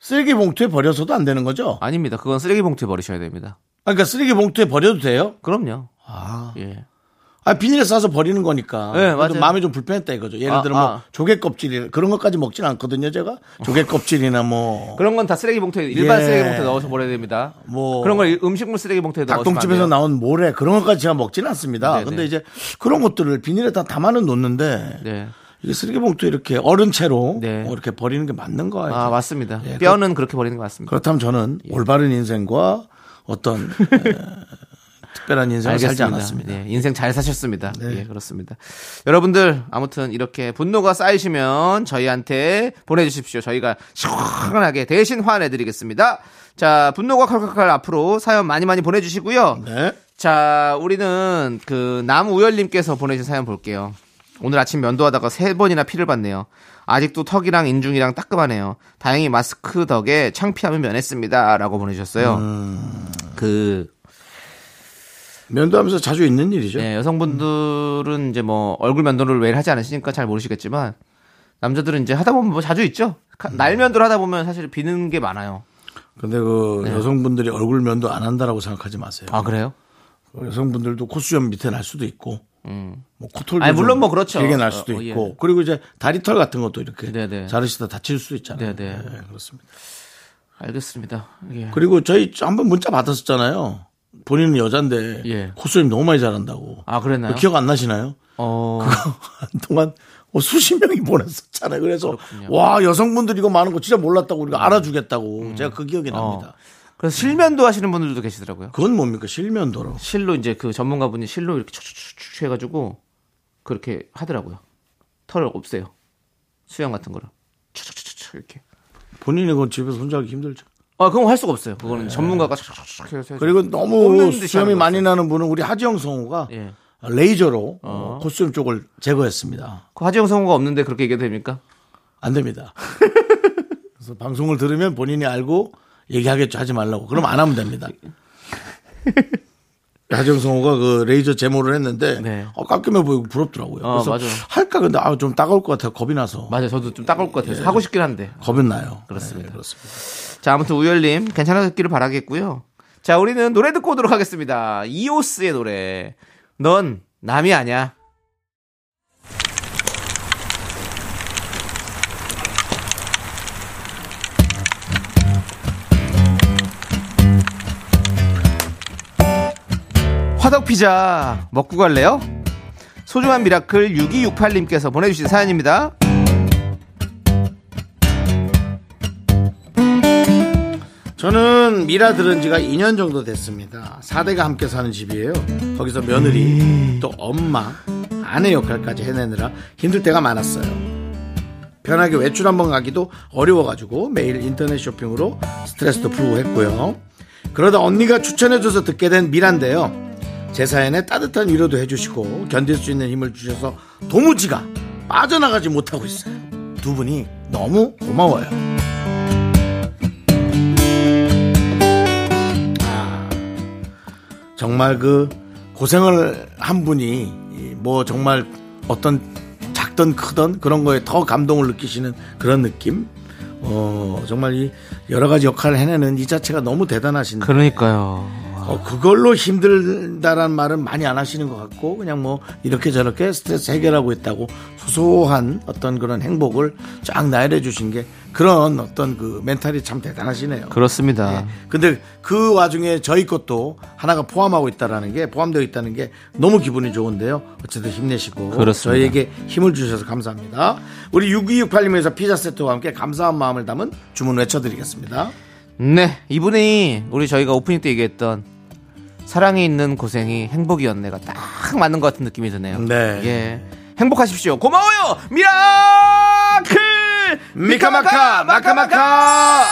Speaker 1: 쓰레기 봉투에 버려서도 안 되는 거죠?
Speaker 2: 아닙니다. 그건 쓰레기 봉투에 버리셔야 됩니다.
Speaker 1: 아, 그러니까 쓰레기 봉투에 버려도 돼요?
Speaker 2: 그럼요.
Speaker 1: 아,
Speaker 2: 예.
Speaker 1: 아, 비닐에 싸서 버리는 거니까.
Speaker 2: 네,
Speaker 1: 그래도
Speaker 2: 맞아요.
Speaker 1: 마음이 좀 불편했다 이거죠. 예를
Speaker 2: 아,
Speaker 1: 들어 뭐
Speaker 2: 아.
Speaker 1: 조개 껍질이 그런 것까지 먹진 않거든요, 제가. 조개 껍질이나 뭐
Speaker 2: 그런 건 다 쓰레기 봉투에 일반
Speaker 1: 예.
Speaker 2: 쓰레기 봉투에 넣어서 버려야 됩니다.
Speaker 1: 뭐-
Speaker 2: 그런 걸 음식물 쓰레기 봉투에 넣어서
Speaker 1: 닭똥집에서
Speaker 2: 안 돼요.
Speaker 1: 나온 모래 그런 것까지 제가 먹진 않습니다.
Speaker 2: 네네.
Speaker 1: 근데 이제 그런 것들을 비닐에 다 담아는 놓는데
Speaker 2: 네.
Speaker 1: 이게 쓰레기 봉투 이렇게 얼은 채로
Speaker 2: 네.
Speaker 1: 뭐 이렇게 버리는 게 맞는 거예요.
Speaker 2: 아, 맞습니다. 예.
Speaker 1: 예,
Speaker 2: 뼈는 그렇게 버리는 것 같습니다.
Speaker 1: 그렇다면 저는 올바른 인생과 어떤 에, 특별한 인생을 살지 않았습니다. 네.
Speaker 2: 예, 인생 잘 사셨습니다. 예, 그렇습니다. 여러분들 아무튼 이렇게 분노가 쌓이시면 저희한테 보내주십시오. 저희가 시원하게 대신 화내드리겠습니다. 자, 분노가 칼칼칼 앞으로 사연 많이 많이 보내주시고요.
Speaker 1: 네.
Speaker 2: 자, 우리는 그 남우열님께서 보내주신 사연 볼게요. 오늘 아침 면도하다가 세 번이나 피를 봤네요. 아직도 턱이랑 인중이랑 따끔하네요. 다행히 마스크 덕에 창피함을 면했습니다. 라고 보내주셨어요.
Speaker 1: 음.
Speaker 2: 그,
Speaker 1: 면도하면서 자주 있는 일이죠.
Speaker 2: 예, 여성분들은 이제 뭐 얼굴 면도를 매일 하지 않으시니까 잘 모르시겠지만 남자들은 이제 하다 보면 뭐 자주 있죠.
Speaker 1: 음.
Speaker 2: 가- 날 면도를 하다 보면 사실 비는 게 많아요.
Speaker 1: 근데 그 여성분들이 얼굴 면도 안 한다라고 생각하지 마세요.
Speaker 2: 네. 아 그래요?
Speaker 1: 여성분들도 코수염 밑에 날 수도 있고, 뭐 코털도
Speaker 2: 음. 아니, 물론
Speaker 1: 좀
Speaker 2: 뭐 그렇죠.
Speaker 1: 길게 날 수도
Speaker 2: 어, 어, 예.
Speaker 1: 있고, 그리고 이제 다리털 같은 것도 이렇게
Speaker 2: 네네.
Speaker 1: 자르시다 다칠 수도 있잖아요.
Speaker 2: 네네.
Speaker 1: 네, 그렇습니다.
Speaker 2: 알겠습니다. 예.
Speaker 1: 그리고 저희 한번 문자 받았었잖아요. 본인은 여잔데
Speaker 2: 예.
Speaker 1: 코수염 너무 많이 자란다고.
Speaker 2: 아 그랬나요?
Speaker 1: 기억 안 나시나요?
Speaker 2: 어
Speaker 1: 그, 한동안 어, 수십 명이 보냈었잖아요. 그래서 와 여성분들이 이거 많은 거 진짜 몰랐다고
Speaker 2: 음.
Speaker 1: 우리가 알아주겠다고 제가 그
Speaker 2: 어.
Speaker 1: 기억이 납니다.
Speaker 2: 그래서 실면도 하시는 분들도 계시더라고요.
Speaker 1: 그건 뭡니까 실면도로.
Speaker 2: 실로 이제 그 전문가분이 실로 이렇게 촉촉촉 해가지고 그렇게 하더라고요. 털을 없애요. 수영 같은 거를 촉촉촉 이렇게.
Speaker 1: 본인이 그건 집에서 혼자 하기 힘들죠.
Speaker 2: 아 그건 할 수가 없어요. 그거는 전문가가 촉촉촉 해서 해야죠.
Speaker 1: 네. 그리고 너무
Speaker 2: 뽑는 듯이
Speaker 1: 수염이
Speaker 2: 하는 것
Speaker 1: 많이 나는 분은 우리 하지영 성우가
Speaker 2: 예.
Speaker 1: 레이저로 어, 코수염 쪽을 제거했습니다.
Speaker 2: 그 화재형 성우가 없는데 그렇게 얘기해도 됩니까?
Speaker 1: 안 됩니다. 그래서 방송을 들으면 본인이 알고 얘기하겠죠. 하지 말라고. 그럼 안 하면 됩니다. 하지영 성우가 그 레이저 제모를 했는데
Speaker 2: 네.
Speaker 1: 어, 깎이면 보이고 부럽더라고요.
Speaker 2: 어,
Speaker 1: 그래서
Speaker 2: 맞아요.
Speaker 1: 할까 근데 아, 좀 따가울 것 같아요. 겁이 나서.
Speaker 2: 맞아요. 저도 좀 따가울 것
Speaker 1: 네.
Speaker 2: 같아서 하고 싶긴 한데.
Speaker 1: 겁은 나요.
Speaker 2: 그렇습니다.
Speaker 1: 네, 그렇습니다.
Speaker 2: 자, 아무튼 우열님 괜찮아졌기를 바라겠고요. 자, 우리는 노래 듣고 오도록 하겠습니다. 이오스의 노래. 넌 남이 아냐. 화덕 피자 먹고 갈래요? 소중한 미라클 6268님께서 보내주신 사연입니다.
Speaker 1: 저는 미라 들은 지가 2년 정도 됐습니다. 4대가 함께 사는 집이에요. 거기서 며느리, 또 엄마, 아내 역할까지 해내느라 힘들 때가 많았어요. 편하게 외출 한번 가기도 어려워가지고 매일 인터넷 쇼핑으로 스트레스도 풀고 했고요. 그러다 언니가 추천해줘서 듣게 된 미란데요. 제 사연에 따뜻한 위로도 해주시고 견딜 수 있는 힘을 주셔서 도무지가 빠져나가지 못하고 있어요. 두 분이 너무 고마워요. 아, 정말 그 고생을 한 분이 이뭐 정말 어떤 작던 크던 그런 거에 더 감동을 느끼시는 그런 느낌. 어 정말 이 여러 가지 역할을 해내는 이 자체가 너무 대단하신데
Speaker 2: 그러니까요.
Speaker 1: 어, 그걸로 힘들다란 말은 많이 안 하시는 것 같고 그냥 뭐 이렇게 저렇게 스트레스 해결하고 있다고 소소한 어떤 그런 행복을 쫙 나열해 주신 게 그런 어떤 그 멘탈이 참 대단하시네요.
Speaker 2: 그렇습니다.
Speaker 1: 예. 근데 그 와중에 저희 것도 하나가 포함하고 있다라는 게 포함되어 있다는 게 너무 기분이 좋은데요. 어쨌든 힘내시고
Speaker 2: 그렇습니다.
Speaker 1: 저희에게 힘을 주셔서 감사합니다. 우리 6268님에서 피자 세트와 함께 감사한 마음을 담은 주문 외쳐드리겠습니다.
Speaker 2: 네, 이분이 우리 저희가 오프닝 때 얘기했던 사랑이 있는 고생이 행복이었네가 딱 맞는 것 같은 느낌이 드네요.
Speaker 1: 네.
Speaker 2: 예. 행복하십시오. 고마워요! 미라클!
Speaker 1: 미카마카 마카마카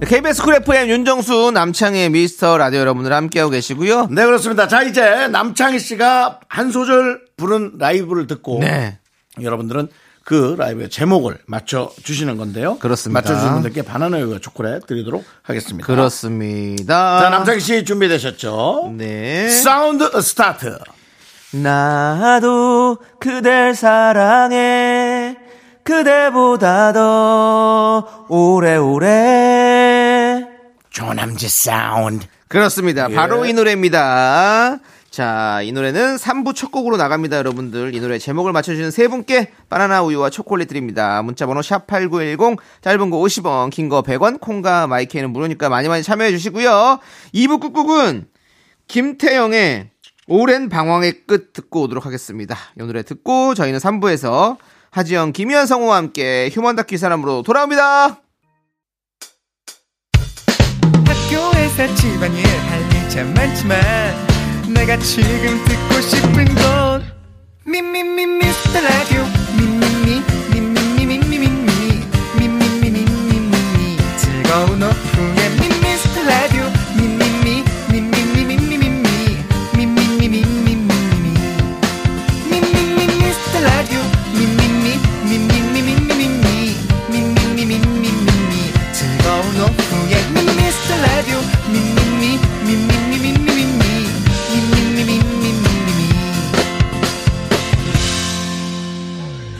Speaker 2: KBS 쿨 FM 윤정수 남창의 미스터 라디오 여러분들 함께하고 계시고요.
Speaker 1: 네 그렇습니다. 자 이제 남창희 씨가 한 소절 부른 라이브를 듣고
Speaker 2: 네.
Speaker 1: 여러분들은 그 라이브의 제목을 맞춰 주시는 건데요.
Speaker 2: 그렇습니다.
Speaker 1: 맞춰 주신 분들께 바나나우유 초콜릿 드리도록 하겠습니다.
Speaker 2: 그렇습니다.
Speaker 1: 자 남창희 씨 준비되셨죠?
Speaker 2: 네.
Speaker 1: 사운드 스타트.
Speaker 2: 나도 그댈 사랑해 그대보다 더 오래오래
Speaker 1: 조남지 사운드.
Speaker 2: 그렇습니다 바로 이 노래입니다 자 이 노래는 3부 첫 곡으로 나갑니다 여러분들 이 노래 제목을 맞춰주시는 세 분께 바나나 우유와 초콜릿 드립니다 문자번호 샵8910 짧은 거 50원 긴 거 100원 콩과 마이크에는 무료니까 많이 많이 참여해 주시고요 2부 꾹꾹은 김태영의 오랜 방황의 끝 듣고 오도록 하겠습니다. 이 노래 듣고 저희는 3부에서 하지영, 김희연, 성우와 함께 휴먼 다큐 이 사람으로 돌아옵니다.
Speaker 4: 학교에서 집안일 할 일 참 많지만 내가 지금 듣고 싶은 건 미미미 미스터 라디오 미미미 미미미 미미미 미미미 미미미 즐거운 오후에 미스터 라디오 미미미 미미미 미미미 미미미 미미미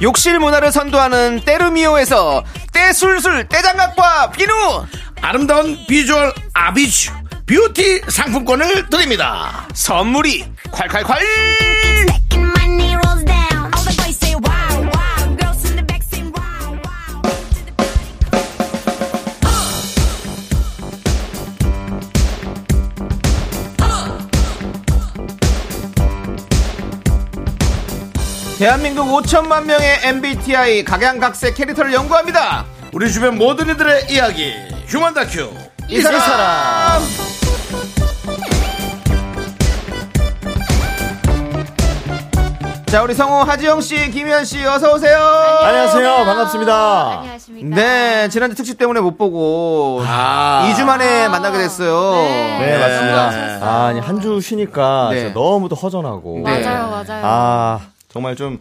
Speaker 2: 욕실 문화를 선도하는 때르미오에서 때술술 때장갑과 비누
Speaker 1: 아름다운 비주얼 아비쥬 뷰티 상품권을 드립니다
Speaker 2: 선물이 콸콸콸!
Speaker 3: Taking money rolls down. All the boys say wow, wow. Girls in the back say wow.
Speaker 2: 대한민국 5천만 명의 MBTI 각양각색 캐릭터를 연구합니다.
Speaker 1: 우리 주변 모든 이들의 이야기 휴먼 다큐
Speaker 2: 이 사람. 자, 우리 성우 하지영 씨, 김현 씨, 어서 오세요.
Speaker 1: 아,
Speaker 5: 안녕하세요. 반갑습니다.
Speaker 3: 안녕하십니까.
Speaker 2: 네, 지난주 특집 때문에 못 보고
Speaker 1: 아
Speaker 2: 2주 만에 만나게 됐어요.
Speaker 3: 네,
Speaker 5: 네, 맞습니다.
Speaker 3: 수고하셨어요.
Speaker 5: 아, 아니, 한 주 쉬니까
Speaker 2: 네.
Speaker 5: 진짜 너무도 허전하고.
Speaker 2: 네.
Speaker 3: 맞아요, 맞아요.
Speaker 5: 아, 정말 좀,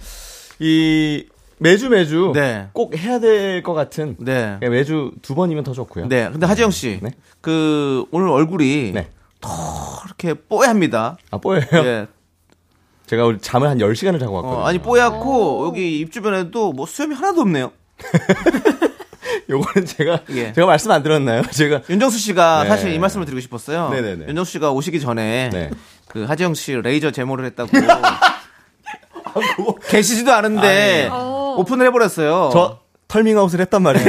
Speaker 5: 이, 매주 매주
Speaker 2: 네.
Speaker 5: 꼭 해야 될 것 같은.
Speaker 2: 네.
Speaker 5: 그냥 매주 두 번이면 더 좋고요.
Speaker 2: 네, 근데 하지영 씨,
Speaker 5: 네.
Speaker 2: 그 오늘 얼굴이
Speaker 5: 네.
Speaker 2: 그렇게 뽀얗합니다.
Speaker 5: 아, 뽀예요?
Speaker 2: 예.
Speaker 5: 제가 우리 잠을 한 10시간을 자고 왔거든요.
Speaker 2: 어, 아니 뽀얗고 여기 입 주변에도 뭐 수염이 하나도 없네요.
Speaker 5: 요거는 제가,
Speaker 2: 예.
Speaker 5: 제가 말씀 안 들었나요? 제가.
Speaker 2: 윤정수 씨가
Speaker 5: 네.
Speaker 2: 사실 이 말씀을 드리고 싶었어요.
Speaker 5: 네네네.
Speaker 2: 윤정수 씨가 오시기 전에
Speaker 5: 네.
Speaker 2: 그 하지영 씨 레이저 제모를 했다고 계시지도 않은데 오픈을 해버렸어요.
Speaker 5: 저 털밍아웃을 했단 말이에요.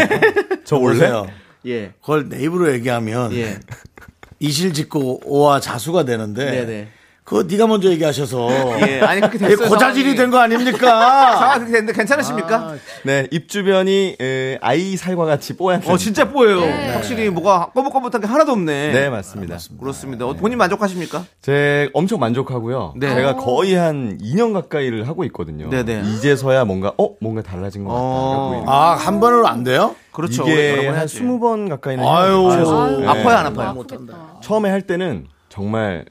Speaker 5: 저 원래?
Speaker 1: 보세요.
Speaker 2: 예.
Speaker 1: 그걸 내 입으로 얘기하면
Speaker 2: 예.
Speaker 1: 이실 짓고 오와 자수가 되는데
Speaker 2: 네네.
Speaker 1: 그거 네가 먼저 얘기하셔서
Speaker 2: 예. 아니 그렇게
Speaker 1: 이게
Speaker 2: 됐어요.
Speaker 1: 고자질이
Speaker 2: 상황이.
Speaker 1: 된 거
Speaker 2: 상황이
Speaker 1: 아닙니까?
Speaker 2: 그렇게 됐는데 괜찮으십니까?
Speaker 5: 네, 입 주변이 에, 아이 살과 같이 뽀얀
Speaker 2: 어
Speaker 5: 편.
Speaker 2: 진짜 뽀예요. 확실히 뭐가 꼬불꼬불한 게 하나도 없네.
Speaker 5: 네, 맞습니다.
Speaker 2: 그렇습니다. 어, 본인 만족하십니까?
Speaker 5: 제 엄청 만족하고요.
Speaker 2: 네.
Speaker 5: 제가 거의 한 2년 가까이를 하고 있거든요.
Speaker 2: 네네.
Speaker 5: 이제서야 뭔가 어 뭔가 달라진 것
Speaker 2: 어.
Speaker 5: 같다. 요
Speaker 1: 아, 한 번으로 안 돼요?
Speaker 2: 그렇죠.
Speaker 5: 이게
Speaker 2: 오랫동안
Speaker 5: 한
Speaker 2: 해야지.
Speaker 5: 20번 가까이는
Speaker 1: 아유.
Speaker 5: 해봤어요.
Speaker 1: 아유.
Speaker 5: 네.
Speaker 2: 아파요 안 아파요?
Speaker 5: 처음에 할 때는 정말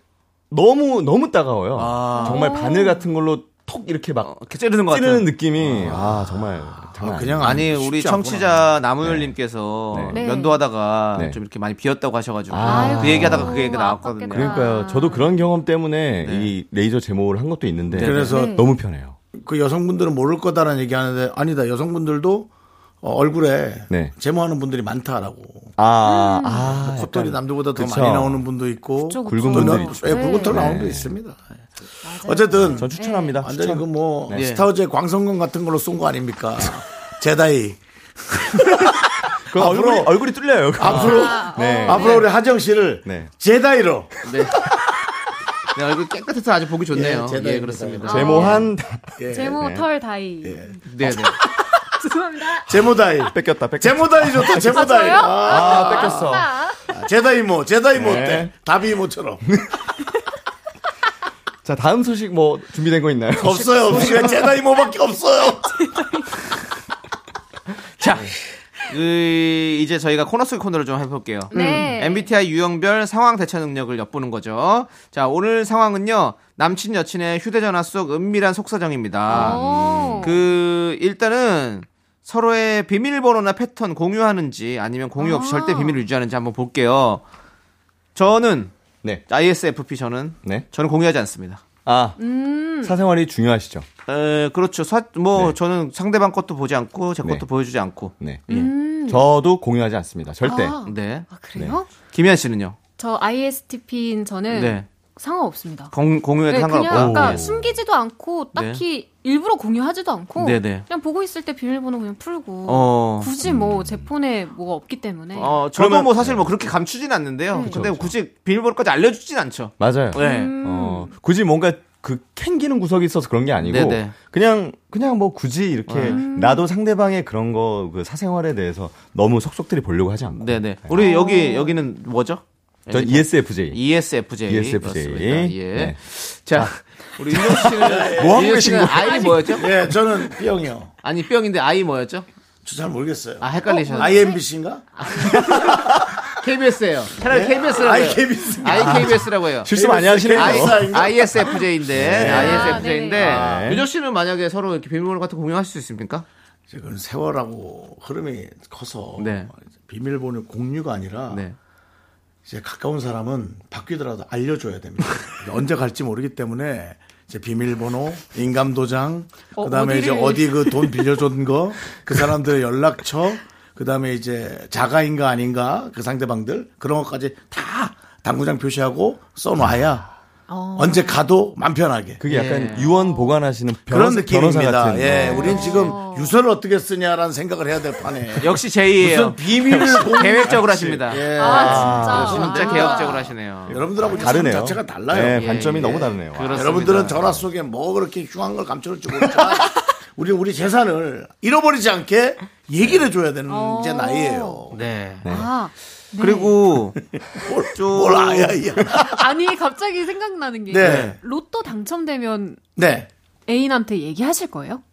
Speaker 5: 너무 너무 따가워요.
Speaker 2: 아.
Speaker 5: 정말 바늘 같은 걸로 톡 이렇게 막
Speaker 2: 이렇게 찌르는 것 같아요.
Speaker 5: 찌르는 느낌이 아, 정말 장난 아니에요.
Speaker 1: 그냥
Speaker 2: 음, 아니
Speaker 1: 쉽지
Speaker 2: 우리
Speaker 1: 않구나.
Speaker 2: 청취자 남우열님께서
Speaker 3: 네.
Speaker 2: 면도하다가
Speaker 5: 네.
Speaker 2: 좀 이렇게 많이 비었다고 하셔가지고
Speaker 5: 아.
Speaker 2: 그 얘기하다가 그
Speaker 3: 아이고,
Speaker 2: 얘기가 나왔거든요.
Speaker 3: 아깝겠다.
Speaker 5: 그러니까요. 저도 그런 경험 때문에
Speaker 2: 네.
Speaker 5: 이 레이저 제모를 한 것도 있는데 네.
Speaker 1: 그래서
Speaker 5: 너무 편해요.
Speaker 1: 그 여성분들은 모를 거다라는 얘기 하는데 아니다. 여성분들도 어, 얼굴에
Speaker 5: 네.
Speaker 1: 제모하는 분들이 많다라고.
Speaker 5: 아,
Speaker 1: 음.
Speaker 5: 아
Speaker 1: 콧돌이
Speaker 5: 약간
Speaker 1: 남들보다 더
Speaker 5: 그쵸.
Speaker 1: 많이 나오는 분도 있고
Speaker 5: 굵은
Speaker 1: 또 나-
Speaker 5: 분들 있죠.
Speaker 1: 예, 굵은 털 나오는 분도 있습니다. 어쨌든
Speaker 5: 전 추천합니다.
Speaker 1: 완전히
Speaker 5: 추천.
Speaker 1: 그 뭐
Speaker 2: 네.
Speaker 1: 스타워즈의 광선검 같은 걸로 쏜 거 아닙니까? 제다이.
Speaker 5: 그 얼굴이, 얼굴이 뚫려요. 그거.
Speaker 1: 앞으로
Speaker 5: 아.
Speaker 1: 어,
Speaker 5: 네.
Speaker 1: 앞으로 우리 하정 씨를
Speaker 5: 네.
Speaker 1: 제다이로
Speaker 2: 네. 네, 얼굴 깨끗해서 아주 보기 좋네요.
Speaker 1: 예,
Speaker 2: 예,
Speaker 1: 제다입니다.
Speaker 2: 그렇습니다.
Speaker 1: 아.
Speaker 5: 제모한
Speaker 6: 제모 털 다이.
Speaker 2: 네, 네.
Speaker 6: 죄송합니다.
Speaker 1: 제모다이.
Speaker 5: 뺏겼다. 뺏겼다.
Speaker 1: 제모다이 좋다. 제모다이. 아,
Speaker 5: 아, 뺏겼어.
Speaker 1: 제다이모, 제다이모
Speaker 5: 네.
Speaker 1: 어때? 다비이모처럼.
Speaker 5: 자, 다음 소식 뭐 준비된 거 있나요?
Speaker 1: 없어요. 없어요. 제다이모밖에 없어요.
Speaker 2: 자, 그, 이제 저희가 코너 속 코너를 좀 해볼게요.
Speaker 6: 네.
Speaker 2: MBTI 유형별 상황 대처 능력을 엿보는 거죠. 자, 오늘 상황은요. 남친 여친의 휴대전화 속 은밀한 속사정입니다.
Speaker 6: 오.
Speaker 2: 그 일단은 서로의 비밀번호나 패턴 공유하는지 아니면 공유 없이 절대 비밀을 유지하는지 한번 볼게요. 저는
Speaker 5: 네.
Speaker 2: ISFP 저는
Speaker 5: 네.
Speaker 2: 저는 공유하지 않습니다.
Speaker 5: 아,
Speaker 6: 음.
Speaker 5: 사생활이 중요하시죠.
Speaker 2: 에, 그렇죠. 사- 뭐
Speaker 5: 네.
Speaker 2: 저는 상대방 것도 보지 않고 제 것도
Speaker 5: 네.
Speaker 2: 보여주지 않고.
Speaker 5: 네. 저도 공유하지 않습니다. 절대.
Speaker 6: 음, 아,
Speaker 3: 음.
Speaker 2: 네.
Speaker 6: 아, 그래요?
Speaker 2: 김현 씨는요?
Speaker 6: 저 ISTP인 저는
Speaker 2: 네.
Speaker 6: 상관없습니다.
Speaker 2: 공, 공유에도
Speaker 6: 네, 그냥
Speaker 2: 상관없다.
Speaker 6: 그러니까
Speaker 2: 예.
Speaker 6: 숨기지도 않고 딱히 일부러 공유하지도 않고
Speaker 2: 네, 네.
Speaker 6: 그냥 보고 있을 때 비밀번호 그냥 풀고
Speaker 2: 어.
Speaker 6: 굳이 뭐 제 폰에 뭐가 없기 때문에
Speaker 2: 어, 저도 뭐 사실 뭐 그렇게 감추진 않는데요.
Speaker 6: 음.
Speaker 2: 근데
Speaker 5: 그쵸.
Speaker 2: 굳이 비밀번호까지 알려주진 않죠.
Speaker 5: 맞아요.
Speaker 2: 네.
Speaker 6: 음.
Speaker 5: 어, 굳이 뭔가 그 캥기는 구석이 있어서 그런 게 아니고
Speaker 2: 네네.
Speaker 5: 그냥 그냥 뭐 굳이 이렇게
Speaker 6: 음.
Speaker 5: 나도 상대방의 그런 거 그 사생활에 대해서 너무 속속들이 보려고 하지 않고.
Speaker 2: 네네. 우리 여기 여기는 뭐죠? E
Speaker 5: 전 E ESFJ. E
Speaker 2: ESFJ.
Speaker 5: ESFJ.
Speaker 2: 그렇습니다. 예.
Speaker 5: 네.
Speaker 2: 자, 우리 윤정 씨는
Speaker 5: 뭐 하고
Speaker 2: 윤정
Speaker 5: 계신
Speaker 2: 씨는 아이 뭐였죠?
Speaker 1: 예, 저는 B형이요.
Speaker 2: 아니 B형인데 아이 뭐였죠?
Speaker 1: 저 잘 모르겠어요.
Speaker 2: 아 헷갈리셨네.
Speaker 1: IMBC인가?
Speaker 2: KBS예요.
Speaker 5: 네?
Speaker 2: 차라리 KBS라고 해요.
Speaker 1: IKBS.
Speaker 2: 아이 KBS라고 해요.
Speaker 5: 실수 많이 하시네요.
Speaker 1: KBS인가?
Speaker 2: ISFJ인데 ISFJ인데
Speaker 5: 네.
Speaker 2: 윤정 씨는 만약에 서로 이렇게 비밀번호 같은 거 공유할 수 있습니까?
Speaker 1: 지금 세월하고 흐름이 커서
Speaker 2: 네.
Speaker 1: 비밀번호 공유가 아니라
Speaker 2: 네.
Speaker 1: 이제 가까운 사람은 바뀌더라도 알려줘야 됩니다. 언제 갈지 모르기 때문에 이제 비밀번호, 인감도장,
Speaker 6: 어,
Speaker 1: 그다음에 이제
Speaker 6: 어디를-
Speaker 1: 어디 그 돈 빌려준 거, 그 사람들의 연락처, 그다음에 이제 자가인가 아닌가 그 상대방들 그런 것까지 다 당구장 표시하고 써놔야
Speaker 6: 어.
Speaker 1: 언제 가도 맘 편하게.
Speaker 5: 그게
Speaker 2: 예.
Speaker 5: 약간 유언 보관하시는
Speaker 1: 그런
Speaker 5: 변호사, 변호사
Speaker 1: 느낌입니다.
Speaker 5: 같은. 어.
Speaker 1: 예, 우린 지금 유서를 어떻게 쓰냐라는 생각을 해야 될 판에.
Speaker 2: 역시 제이예요.
Speaker 1: 무슨 비밀을 공-
Speaker 2: 계획적으로 하십니다.
Speaker 1: 예.
Speaker 6: 아, 진짜.
Speaker 2: 진짜 개혁적으로 하시네요.
Speaker 1: 여러분들하고 다르네요.
Speaker 5: 다르네요.
Speaker 1: 자체가 달라요.
Speaker 5: 예, 관점이
Speaker 2: 예,
Speaker 5: 너무
Speaker 2: 예.
Speaker 5: 다르네요. 와.
Speaker 2: 그렇습니다.
Speaker 1: 여러분들은 전화 속에 뭐 그렇게 흉한 걸 감춰놓을 줄 모르지만 우리 우리 재산을 잃어버리지 않게 얘기를 해줘야 되는 이제 나이예요.
Speaker 2: 네.
Speaker 6: 아,
Speaker 2: 그리고
Speaker 1: 뭘 아야 이야.
Speaker 6: 아니 갑자기 생각나는 게
Speaker 1: 네.
Speaker 6: 로또 당첨되면
Speaker 1: 네.
Speaker 6: 애인한테 얘기하실 거예요?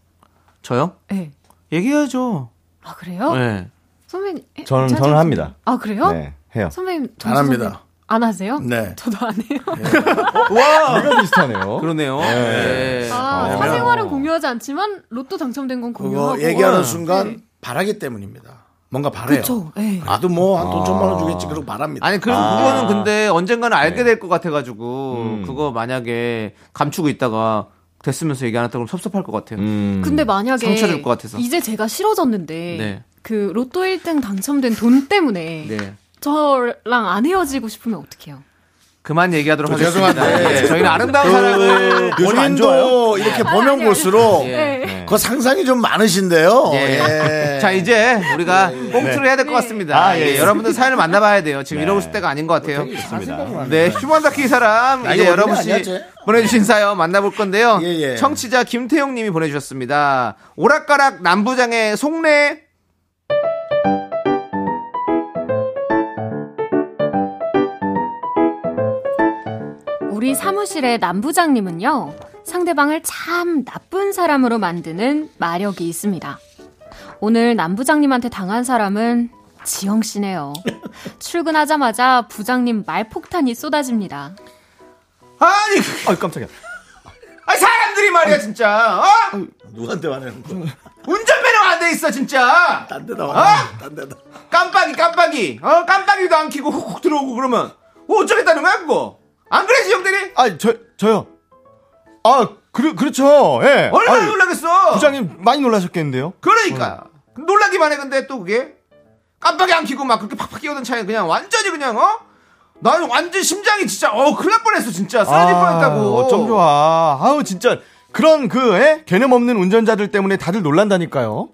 Speaker 2: 저요?
Speaker 6: 네.
Speaker 2: 얘기해야죠.
Speaker 6: 아 그래요?
Speaker 2: 네.
Speaker 6: 선배님 에,
Speaker 5: 저는
Speaker 6: 자주
Speaker 5: 저는
Speaker 6: 하세요?
Speaker 5: 합니다.
Speaker 6: 아 그래요?
Speaker 5: 네, 해요.
Speaker 6: 선배님
Speaker 1: 안 합니다.
Speaker 6: 정수 선배님 안 하세요?
Speaker 1: 네.
Speaker 6: 저도 안 해요.
Speaker 5: 내가
Speaker 1: 어?
Speaker 5: 비슷하네요.
Speaker 2: 그러네요. 네.
Speaker 6: 아,
Speaker 5: 아.
Speaker 6: 사생활은 공유하지 않지만 로또 당첨된 건
Speaker 1: 그거
Speaker 6: 공유하고
Speaker 1: 얘기하는
Speaker 6: 네.
Speaker 1: 순간 바라기 때문입니다. 뭔가 바래요.
Speaker 6: 그쵸, 예.
Speaker 1: 나도 뭐 한 돈 천만 원 주겠지 그러고 바랍니다.
Speaker 2: 아. 아니 그
Speaker 5: 아.
Speaker 2: 그거는 근데 언젠가는
Speaker 1: 네.
Speaker 2: 알게 될 것 같아가지고
Speaker 1: 음.
Speaker 2: 그거 만약에 감추고 있다가 됐으면서 얘기 안 했다고 섭섭할 것
Speaker 6: 그
Speaker 2: 같아요.
Speaker 5: 음.
Speaker 6: 근데 만약에
Speaker 2: 상처 줄것 같아서.
Speaker 6: 이제 제가 싫어졌는데
Speaker 2: 네.
Speaker 6: 그 로또 1등 당첨된 돈 때문에
Speaker 2: 네.
Speaker 6: 저랑 안 헤어지고 싶으면 어떡해요?
Speaker 2: 그만 얘기하도록
Speaker 1: 저
Speaker 2: 하겠습니다.
Speaker 1: 죄송한데.
Speaker 2: 예, 저희는 아름다운 사랑을
Speaker 1: 그
Speaker 5: 요즘 안 좋아요?
Speaker 1: 본인도 이렇게 보면 볼수록
Speaker 2: 예.
Speaker 6: 네.
Speaker 1: 그 상상이 좀 많으신데요.
Speaker 2: 예.
Speaker 1: 예.
Speaker 2: 자 이제 우리가 꽁트를 해야 될 것 같습니다.
Speaker 5: 아, 예.
Speaker 2: 예, 여러분들 사연을 만나봐야 돼요. 지금 이러고 있을 때가 아닌 것 같아요.
Speaker 5: 좋습니다.
Speaker 2: 네, 휴먼 다큐 이 사람
Speaker 1: 아,
Speaker 2: 이제
Speaker 1: 이거
Speaker 2: 여러분
Speaker 1: 원래 아니야,
Speaker 2: 씨
Speaker 1: 쟤?
Speaker 2: 보내주신 사연 만나볼 건데요.
Speaker 1: 예, 예.
Speaker 2: 청취자 김태용 님이 보내주셨습니다. 오락가락 남부장의 속내
Speaker 6: 우리 사무실의 남부장님은요, 상대방을 참 나쁜 사람으로 만드는 마력이 있습니다. 오늘 남부장님한테 당한 사람은 지영 씨네요. 출근하자마자 부장님 말폭탄이 쏟아집니다.
Speaker 2: 아니,
Speaker 5: 아유 깜짝이야.
Speaker 2: 아니 사람들이 말이야 진짜. 어?
Speaker 1: 누구한테 말하는 거야?
Speaker 2: 운전면허 안돼 있어 진짜.
Speaker 1: 딴 데다 말하는 거야, 딴 데다.
Speaker 2: 깜빡이 깜빡이. 어 깜빡이도 안 켜고 훅훅 들어오고 그러면 어쩌겠다는 거야 그거. 안 그래 지영 대리?
Speaker 5: 아, 저 저요. 아, 그 그렇죠. 예.
Speaker 2: 얼마나
Speaker 5: 아유,
Speaker 2: 놀라겠어.
Speaker 5: 부장님 많이 놀라셨겠는데요.
Speaker 2: 그러니까
Speaker 1: 어.
Speaker 2: 놀라기만 해 근데 또 그게 깜빡이 안 켜고 막 그렇게 팍팍 끼우던 차에 그냥 완전히 그냥 어? 나는 완전 심장이 진짜 어 큰일 날 뻔했어 진짜 쓰러질
Speaker 1: 아,
Speaker 2: 뻔했다고
Speaker 5: 아, 어쩜 좋아. 아우 진짜 그런 그 예? 개념 없는 운전자들 때문에 다들 놀란다니까요.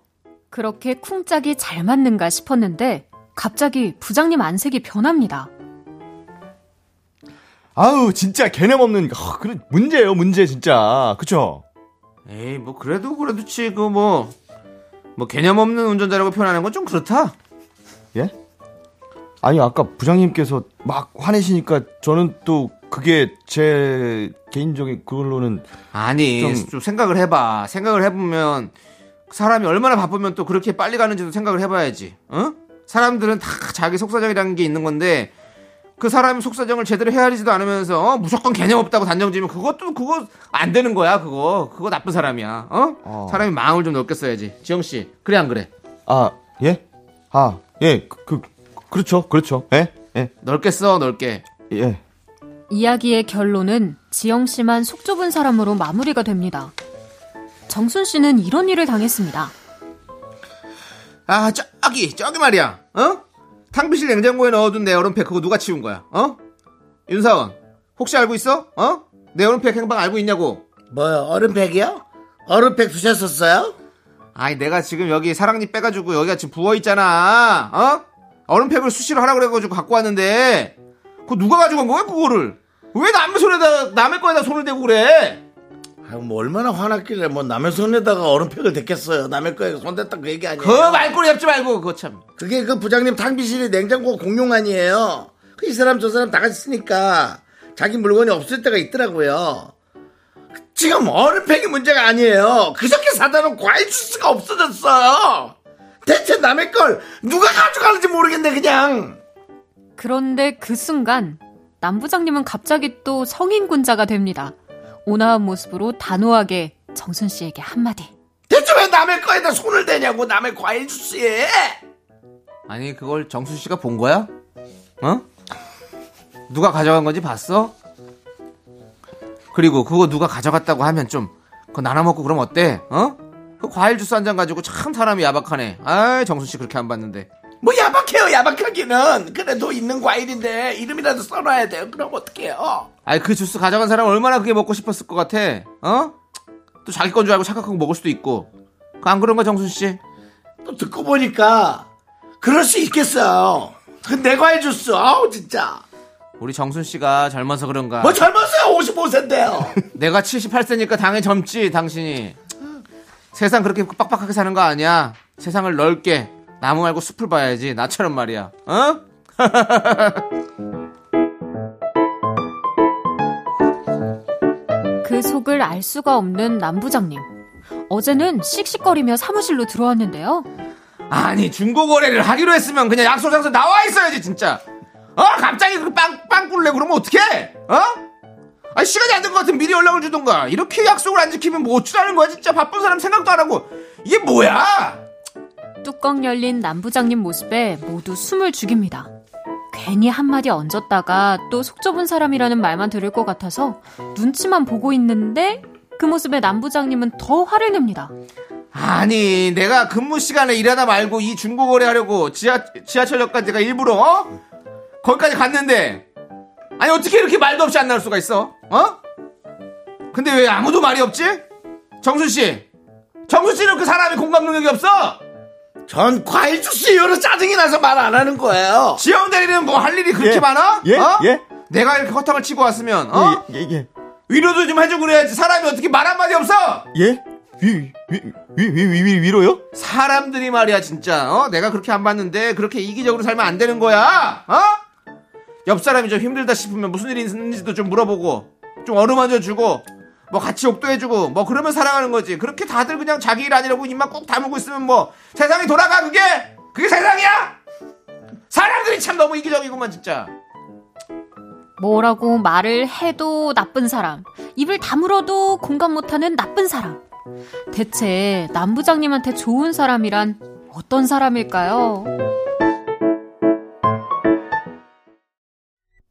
Speaker 6: 그렇게 쿵짝이 잘 맞는가 싶었는데, 갑자기 부장님 안색이 변합니다.
Speaker 5: 아우 진짜 개념 없는 아, 그런 문제예요 문제 진짜 그쵸?
Speaker 2: 에이 뭐 그래도 그래도 지금 뭐 뭐 개념 없는 운전자라고 표현하는 건 좀 그렇다.
Speaker 5: 예? 아니 아까 부장님께서 막 화내시니까 저는 또 그게 제 개인적인 그걸로는
Speaker 2: 아니 좀,
Speaker 5: 좀-
Speaker 2: 생각을 해봐. 생각을 해보면 사람이 얼마나 바쁘면 또 그렇게 빨리 가는지도 생각을 해봐야지. 어? 사람들은 다 자기 속사정이라는 게 있는 건데 그 사람 속사정을 제대로 헤아리지도 않으면서 어? 무조건 개념 없다고 단정지면 그것도 그거 안 되는 거야 그거 그거 나쁜 사람이야. 어?
Speaker 5: 어.
Speaker 2: 사람이 마음을 좀 넓게 써야지. 지영 씨 그래 안 그래?
Speaker 5: 아 예? 아 예 그 그렇죠 그렇죠 예? 예?
Speaker 2: 넓게 써 넓게.
Speaker 5: 예.
Speaker 6: 이야기의 결론은 지영 씨만 속 좁은 사람으로 마무리가 됩니다. 정순 씨는 이런 일을 당했습니다.
Speaker 2: 아 저기 저기 말이야 어 탕비실 냉장고에 넣어둔 내 얼음팩 그거 누가 치운 거야 어 윤사원 혹시 알고 있어 어내 얼음팩 행방 알고 있냐고
Speaker 1: 뭐요? 얼음팩이요? 얼음팩 두셨었어요?
Speaker 2: 아니 내가 지금 여기 사랑니 빼가지고 여기가 지금 부어 있잖아 어 얼음팩을 수시로 하라 그래가지고 갖고 왔는데 그거 누가 가지고 간 거야 그거를 왜 남의 손에다 남의 거에다 손을 대고 그래
Speaker 1: 아유, 뭐 얼마나 화났길래 뭐 남의 손에다가 얼음팩을 댔겠어요. 남의 거에 손댔다 그 얘기 아니에요.
Speaker 2: 그 말꼬리 잡지 말고 그거 참
Speaker 1: 그게 그 부장님 탕비실이 냉장고 공용 아니에요. 그 이 사람 저 사람 다 같이 쓰니까 자기 물건이 없을 때가 있더라고요. 지금 얼음팩이 문제가 아니에요. 그저께 사다 놓은 과일 주스가 없어졌어요. 대체 남의 걸 누가 가져가는지 모르겠네 그냥.
Speaker 6: 그런데 그 순간 남부장님은 갑자기 또 성인군자가 됩니다. 온화한 모습으로 단호하게 정순 씨에게 한마디.
Speaker 1: 대체 왜 남의 거에다 손을 대냐고 남의 과일 주스에.
Speaker 2: 아니 그걸 정수 씨가 본 거야 어 누가 가져간 건지 봤어? 그리고 그거 누가 가져갔다고 하면 좀 그거 나눠 먹고 그럼 어때? 어? 그 과일 주스 한 잔 가지고 참 사람이 야박하네. 아, 정순 씨 그렇게 안 봤는데.
Speaker 1: 뭐 야박해요 야박하기는 그래도 있는 과일인데 이름이라도 써놔야 돼요 그럼 어떡해요
Speaker 2: 아이 그 주스 가져간 사람 얼마나 그게 먹고 싶었을 것 같아. 어? 또 자기 건 줄 알고 착각하고 먹을 수도 있고. 그 안 그런가 정순 씨?
Speaker 1: 또 듣고 보니까 그럴 수 있겠어요 그내 과일 주스 아우 진짜
Speaker 2: 우리 정순 씨가 젊어서 그런가.
Speaker 1: 뭐 젊었어요 55세인데요
Speaker 2: 내가 78세니까 당연히 젊지 당신이. 세상 그렇게 빡빡하게 사는 거 아니야. 세상을 넓게 나무 말고 숲을 봐야지. 나처럼 말이야. 어?
Speaker 6: 그 속을 알 수가 없는 남부장님. 어제는 씩씩거리며 사무실로 들어왔는데요.
Speaker 2: 아니 중고 거래를 하기로 했으면 그냥 약속 장소 나와 있어야지 진짜. 어 갑자기 그빵빵 꿀래 그러면 어떡해? 어? 아 시간이 안 된 것 같으면 미리 연락을 주던가. 이렇게 약속을 안 지키면 뭐 어쩌라는 거야 진짜 바쁜 사람 생각도 안 하고 이게 뭐야?
Speaker 6: 뚜껑 열린 남부장님 모습에 모두 숨을 죽입니다. 괜히 한마디 얹었다가 또 속 좁은 사람이라는 말만 들을 것 같아서 눈치만 보고 있는데 그 모습에 남부장님은 더 화를 냅니다.
Speaker 2: 아니 내가 근무 시간에 일하다 말고 이 중고 거래하려고 지하 지하철역까지 내가 일부러 어? 거기까지 갔는데 아니 어떻게 이렇게 말도 없이 안 나올 수가 있어? 어? 근데 왜 아무도 말이 없지? 정순 씨, 정순 씨는 그 사람이 공감 능력이 없어.
Speaker 1: 전 과일 주스 이후로 짜증이 나서 말 안 하는 거예요
Speaker 2: 지영 대리는 뭐 할 일이 그렇게
Speaker 5: 예.
Speaker 2: 많아?
Speaker 5: 예,
Speaker 2: 어?
Speaker 5: 예.
Speaker 2: 내가 이렇게 허탕을 치고 왔으면 어?
Speaker 5: 예, 예, 예.
Speaker 2: 위로도 좀 해주고 그래야지. 사람이 어떻게 말 한마디 없어?
Speaker 5: 예? 위, 위, 위, 위, 위, 위, 위로요?
Speaker 2: 사람들이 말이야 진짜 어 내가 그렇게 안 봤는데 그렇게 이기적으로 살면 안 되는 거야 어? 옆 사람이 좀 힘들다 싶으면 무슨 일이 있는지도 좀 물어보고 좀 어루만져 주고 뭐 같이 옥도해주고 뭐 그러면 사랑하는 거지 그렇게 다들 그냥 자기 일 아니라고 입만 꼭 다물고 있으면 뭐 세상이 돌아가 그게 그게 세상이야 사람들이 참 너무 이기적이구만 진짜
Speaker 6: 뭐라고 말을 해도 나쁜 사람, 입을 다물어도 공감 못하는 나쁜 사람. 대체 남부장님한테 좋은 사람이란 어떤 사람일까요?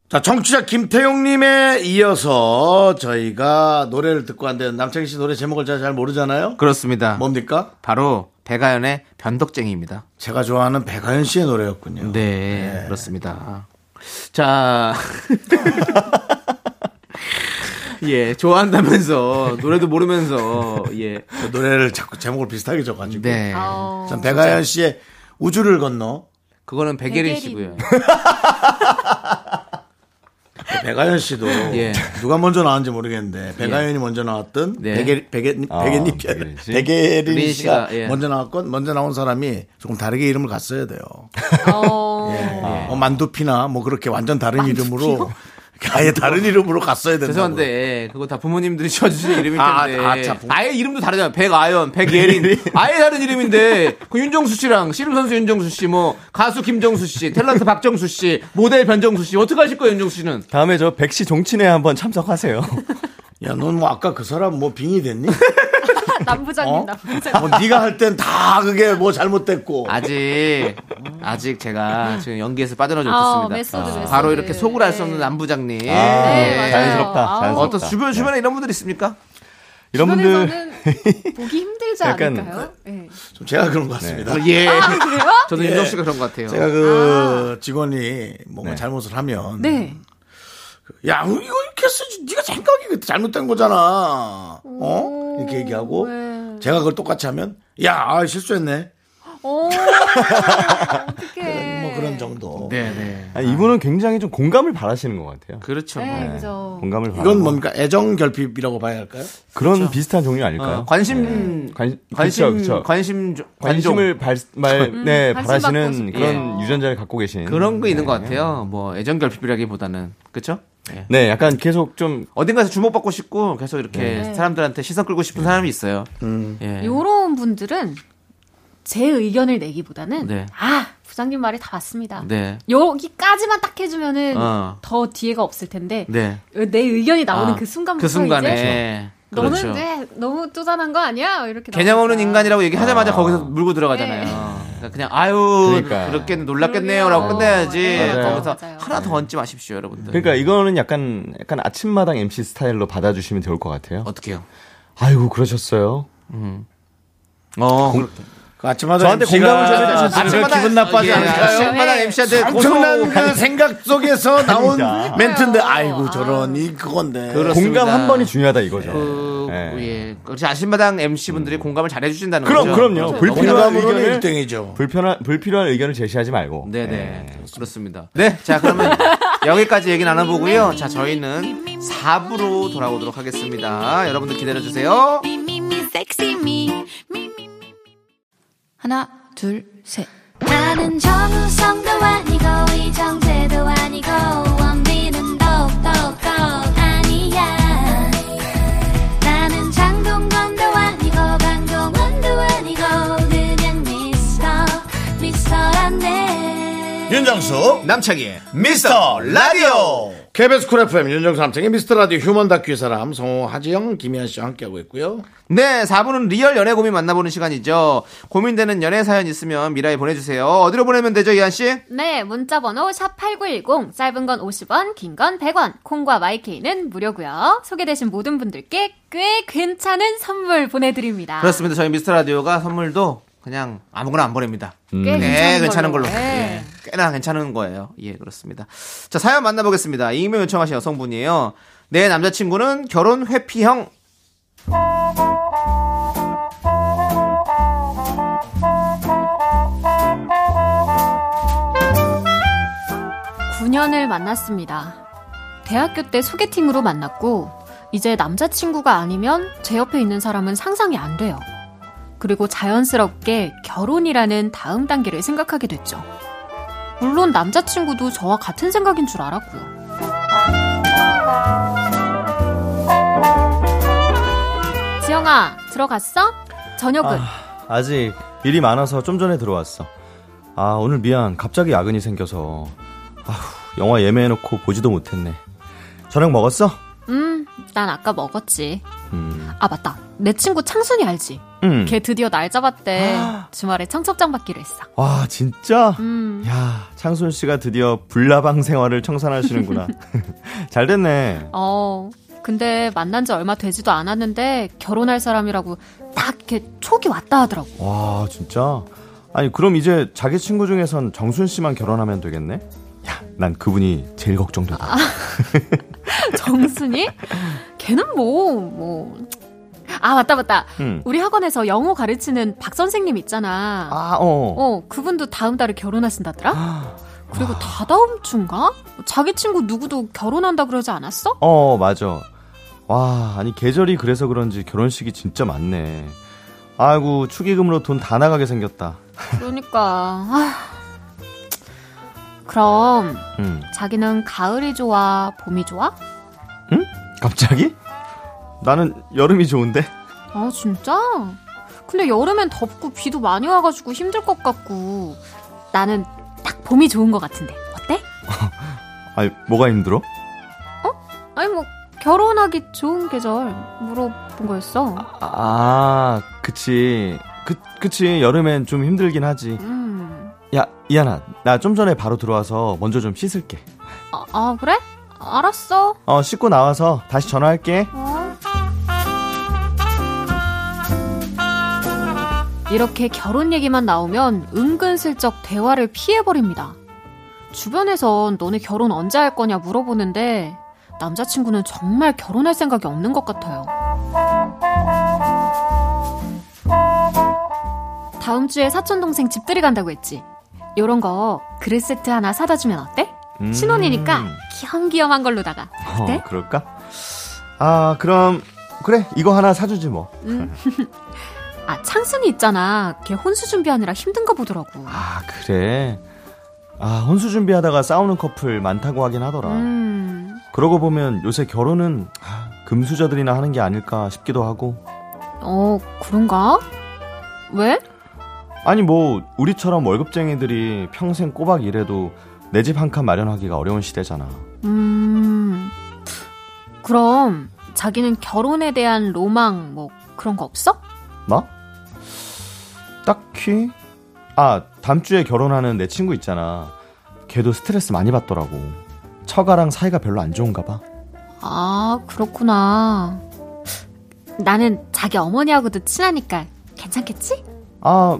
Speaker 1: 자 정치자 김태용님에 이어서 저희가 노래를 듣고 왔는데 남창희 씨 노래 제목을 제가 잘 모르잖아요
Speaker 2: 그렇습니다
Speaker 1: 뭡니까?
Speaker 2: 뭐, 바로 배가연의 변덕쟁이입니다
Speaker 1: 제가 좋아하는 백아연 씨의 노래였군요
Speaker 2: 네, 그렇습니다. 자. 예, 좋아한다면서, 노래도 모르면서, 예.
Speaker 1: 그 노래를 자꾸 제목을 비슷하게 줘가지고
Speaker 2: 네.
Speaker 6: 어,
Speaker 1: 참 백아연 씨의 우주를 건너
Speaker 2: 그거는 백예린
Speaker 6: 백예린.
Speaker 2: 씨고요.
Speaker 1: 백아연 씨도
Speaker 2: 예.
Speaker 1: 누가 먼저 나왔는지 모르겠는데 백아연이 먼저 나왔던
Speaker 2: 네.
Speaker 1: 백예 백예
Speaker 5: 아,
Speaker 1: 백예린
Speaker 5: 백예린 씨.
Speaker 1: 백예린 씨가
Speaker 2: 씨가, 예.
Speaker 1: 먼저 나왔건 먼저 나온 사람이 조금 다르게 이름을 갔어야 돼요.
Speaker 6: 어,
Speaker 1: 어, 만두피나 뭐 그렇게 완전 다른 이름으로 아예 다른 이름으로 갔어야 된다.
Speaker 2: 죄송한데, 그거 다 부모님들이 지어주신 이름일 텐데.
Speaker 1: 아,
Speaker 2: 아,
Speaker 1: 아, 아, 참.
Speaker 2: 예 이름도 다르잖아. 백아연, 백예린. 아예 다른 이름인데, 그 윤정수 씨랑, 씨름선수 윤정수 씨, 뭐, 가수 김정수 씨, 탤런트 박정수 씨, 모델 변정수 씨, 어떻게 하실 거예요, 윤정수 씨는?
Speaker 5: 다음에 저 백시 종친회 한번 참석하세요.
Speaker 1: 야, 넌 뭐 아까 그 사람 뭐 빙이 됐니?
Speaker 6: 남부장님,
Speaker 1: 어?
Speaker 6: 남부장님.
Speaker 1: 뭐 네가 할 땐 다 그게 뭐 잘못됐고.
Speaker 2: 아직 아직 제가 지금 연기에서 빠져나오지
Speaker 6: 아,
Speaker 2: 못했습니다.
Speaker 6: 메소드, 메소드.
Speaker 2: 바로 이렇게 속을 알 수 없는 남부장님.
Speaker 6: 네, 맞아요.
Speaker 5: 자연스럽다.
Speaker 6: 아우.
Speaker 5: 자연스럽다.
Speaker 2: 어떤 주변 주변에 이런 분들 있습니까?
Speaker 5: 이런 분들
Speaker 6: 주변에서는 보기 힘들지
Speaker 5: 약간
Speaker 6: 않을까요? 예.
Speaker 1: 좀 제가 그런 것 같습니다.
Speaker 2: 예.
Speaker 6: 아, 그래요?
Speaker 2: 저는 윤정 씨가 그런 것 같아요.
Speaker 1: 제가 그 직원이 뭔가 잘못을 하면
Speaker 6: 네.
Speaker 1: 야 이거 이렇게 쓰지 네가 생각이 그 잘못된 거잖아 어 이렇게 얘기하고
Speaker 6: 네.
Speaker 1: 제가 그걸 똑같이 하면 야 아, 실수했네
Speaker 6: 오, 어. 어떡해.
Speaker 1: 뭐 그런 정도
Speaker 2: 네, 네.
Speaker 5: 아니, 이분은 굉장히 좀 공감을 바라시는 것 같아요.
Speaker 2: 그렇죠.
Speaker 6: 네,
Speaker 5: 네,
Speaker 6: 그죠.
Speaker 5: 공감을 바라.
Speaker 1: 이건 뭡니까 애정 결핍이라고 봐야 할까요
Speaker 5: 그런 비슷한 종류 아닐까요? 네.
Speaker 2: 어, 관심
Speaker 5: 관-
Speaker 2: 관심
Speaker 5: 그쵸, 그쵸.
Speaker 2: 관심 조- 관종. 음,
Speaker 5: 관심을 발, 말, 네,
Speaker 6: 음, 관심
Speaker 5: 바라시는
Speaker 6: 받고
Speaker 5: 그런 유전자를 갖고 계신
Speaker 2: 그런 거 있는
Speaker 5: 네.
Speaker 2: 것 같아요. 뭐 애정 결핍이라기보다는 그렇죠? 예.
Speaker 5: 네, 약간 계속 좀
Speaker 2: 어딘가서 주목받고 싶고 계속
Speaker 5: 네.
Speaker 2: 이렇게 사람들한테 시선 끌고 싶은 사람이 있어요.
Speaker 5: 음.
Speaker 2: 예.
Speaker 6: 네. 요런 분들은 제 의견을 내기보다는
Speaker 2: 네.
Speaker 6: 아 부장님 말이 다 맞습니다.
Speaker 2: 네.
Speaker 6: 여기까지만 딱 해주면은
Speaker 2: 어.
Speaker 6: 더 뒤에가 없을 텐데
Speaker 2: 네.
Speaker 6: 내 의견이 나오는
Speaker 2: 아,
Speaker 6: 그 순간부터
Speaker 2: 그
Speaker 6: 이제
Speaker 2: 순간에
Speaker 6: 너는
Speaker 2: 그렇죠.
Speaker 6: 왜 너무 그러니까. 쪼잔한 거 아니야? 이렇게
Speaker 2: 개념 없는
Speaker 6: 나오니까. 네.
Speaker 2: 인간이라고 얘기하자마자 거기서 물고 들어가잖아요. 그러니까 그냥 아유
Speaker 5: 아. 그러니까.
Speaker 2: 그렇게 놀랍겠네요라고
Speaker 6: 그러게요.
Speaker 2: 끝내야지.
Speaker 6: 네,
Speaker 5: 맞아요.
Speaker 2: 거기서
Speaker 6: 맞아요.
Speaker 2: 하나 더 얹지 마십시오, 여러분들.
Speaker 5: 그러니까 이거는 약간 약간 아침마당 MC 스타일로 받아주시면 좋을 것 같아요.
Speaker 2: 어떻게요?
Speaker 5: 아이고 그러셨어요.
Speaker 2: 어,
Speaker 1: 아침마다
Speaker 5: 저한테
Speaker 1: MC가
Speaker 5: 공감을 좀 해주셨으면
Speaker 1: 아침마다 기분 나빠지
Speaker 2: 예,
Speaker 1: 않을까요?
Speaker 2: 아침마다
Speaker 6: 네.
Speaker 2: MC한테
Speaker 1: 엄청난
Speaker 2: 고소
Speaker 1: 그 생각 속에서 나온
Speaker 5: 네, 아닙니다.
Speaker 1: 멘트인데 아이고 저런 이 그건데
Speaker 2: 그렇-
Speaker 5: 공감
Speaker 2: 그렇습니다.
Speaker 5: 한 번이 중요하다 이거죠.
Speaker 2: 그,
Speaker 5: 예.
Speaker 2: 예. 그렇지 아침마당 MC 분들이 공감을 잘 해주신다는
Speaker 5: 음. 그럼
Speaker 2: 거죠. 그렇죠.
Speaker 5: 그럼요. 불필요한
Speaker 1: 공감으로는
Speaker 5: 의견을
Speaker 1: 1등이죠.
Speaker 5: 불편한 불필요한 의견을 제시하지 말고.
Speaker 2: 네네 그렇습니다. 네, 자 그러면 여기까지 얘기 나눠보고요. 자 저희는 4부로 돌아오도록 하겠습니다. 여러분들 기다려 주세요.
Speaker 3: Me, me, me, sexy me. Me, me, me.
Speaker 7: 하나, 둘, 셋.
Speaker 3: 나는 정우성도 아니고 이정재도 아니고 원빈은 더욱더 아니야 나는 장동건도 아니고 강동원도 아니고 그냥 미스터 미스터란데
Speaker 1: 윤정수
Speaker 2: 남창희
Speaker 1: 미스터 라디오 KBS 쿨 FM 윤정수 남창의 미스터 라디오 휴먼 다큐 사람 성호 하지영 김희한 씨와 함께하고 있고요.
Speaker 2: 네, 4부는 리얼 연애 고민 만나보는 시간이죠. 고민되는 연애 사연 있으면 미라에 보내주세요. 어디로 보내면 되죠, 이한 씨?
Speaker 6: 네, 문자 번호 샵8910 짧은 건 50원, 긴 건 100원. 콩과 마이케이는 무료고요. 소개되신 모든 분들께 꽤 괜찮은 선물 보내 드립니다.
Speaker 2: 그렇습니다. 저희 미스터 라디오가 선물도 그냥 아무거나 안 보냅니다.
Speaker 6: 꽤
Speaker 2: 네, 괜찮은 걸로.
Speaker 6: 네.
Speaker 2: 예, 꽤나 괜찮은 거예요. 예, 그렇습니다. 자, 사연 만나보겠습니다. 익명 요청하신 여성분이에요. 내 남자친구는 결혼 회피형.
Speaker 6: 구 9년을 만났습니다. 대학교 때 소개팅으로 만났고, 이제 남자친구가 아니면 제 옆에 있는 사람은 상상이 안 돼요. 그리고 자연스럽게 결혼이라는 다음 단계를 생각하게 됐죠. 물론 남자친구도 저와 같은 생각인 줄 알았고요. 지영아, 들어갔어? 저녁은?
Speaker 5: 아, 아직 일이 많아서 좀 전에 들어왔어. 아 오늘 미안. 갑자기 야근이 생겨서 아휴, 영화 예매해놓고 보지도 못했네. 저녁 먹었어?
Speaker 6: 음, 난 아까 먹었지.
Speaker 5: 음.
Speaker 6: 아, 맞다. 내 친구 창순이 알지?
Speaker 5: 음. 아.
Speaker 6: 걔 드디어 날 잡았대. 주말에 청첩장 받기로 했어.
Speaker 5: 와 아, 진짜?
Speaker 6: 음.
Speaker 5: 야 창순 씨가 드디어 불나방 생활을 청산하시는구나. 잘 됐네.
Speaker 6: 어. 근데 만난 지 얼마 되지도 않았는데 결혼할 사람이라고 딱 이렇게 촉이 왔다 하더라고.
Speaker 5: 와 진짜? 아니 그럼 이제 자기 친구 중에선 정순 씨만 결혼하면 되겠네? 야 난 그분이 제일 걱정되다.
Speaker 6: 정순이? 걔는 뭐, 뭐. 아, 맞다, 맞다.
Speaker 5: 음.
Speaker 6: 우리 학원에서 영어 가르치는 박 선생님 있잖아.
Speaker 5: 아 어.
Speaker 6: 어, 그분도 다음 달에 결혼하신다더라? 그리고 다다음 주인가? 자기 친구 누구도 결혼한다 그러지 않았어?
Speaker 5: 어, 맞아. 와, 아니, 계절이 그래서 그런지 결혼식이 진짜 많네. 아이고, 축의금으로 돈 다 나가게 생겼다.
Speaker 6: 그러니까. 아. 그럼
Speaker 5: 음.
Speaker 6: 자기는 가을이 좋아, 봄이 좋아?
Speaker 5: 갑자기? 나는 여름이 좋은데?
Speaker 6: 아, 진짜? 근데 여름엔 덥고 비도 많이 와가지고 힘들 것 같고 나는 딱 봄이 좋은 것 같은데 어때?
Speaker 5: 아니, 뭐가 힘들어?
Speaker 6: 아니 뭐 결혼하기 좋은 계절 물어본 거였어.
Speaker 5: 아, 그치. 그, 그치. 여름엔 좀 힘들긴 하지.
Speaker 6: 음,
Speaker 5: 야, 이하나, 나 좀 전에 바로 들어와서 먼저 좀 씻을게.
Speaker 6: 아, 아, 그래? 알았어.
Speaker 5: 어, 씻고 나와서 다시 전화할게.
Speaker 6: 어. 이렇게 결혼 얘기만 나오면 은근슬쩍 대화를 피해버립니다. 주변에선 너네 결혼 언제 할 거냐 물어보는데 남자친구는 정말 결혼할 생각이 없는 것 같아요. 다음 주에 사촌동생 집들이 간다고 했지? 요런 거 그릇 세트 하나 사다 주면 어때?
Speaker 5: 음.
Speaker 6: 신혼이니까 귀염귀염한 걸로다가.
Speaker 5: 어,
Speaker 6: 네?
Speaker 5: 그럴까? 아, 그럼, 그래. 이거 하나 사주지 뭐.
Speaker 6: 아, 창순이 있잖아. 걔 혼수 준비하느라 힘든 거 보더라고.
Speaker 5: 아 그래 아 혼수 준비하다가 싸우는 커플 많다고 하긴 하더라
Speaker 6: 음.
Speaker 5: 그러고 보면 요새 결혼은 아, 금수저들이나 하는 게 아닐까 싶기도 하고
Speaker 6: 어, 그런가? 왜?
Speaker 5: 아니 뭐 우리처럼 월급쟁이들이 평생 꼬박 일해도 내 집 한 칸 마련하기가 어려운 시대잖아
Speaker 6: 음. 그럼 자기는 결혼에 대한 로망 뭐 그런 거 없어?
Speaker 5: 나? 딱히 아 다음 주에 결혼하는 내 친구 있잖아 걔도 스트레스 많이 받더라고 처가랑 사이가 별로 안 좋은가 봐
Speaker 6: 아, 그렇구나. 나는 자기 어머니하고도 친하니까 괜찮겠지?
Speaker 5: 아,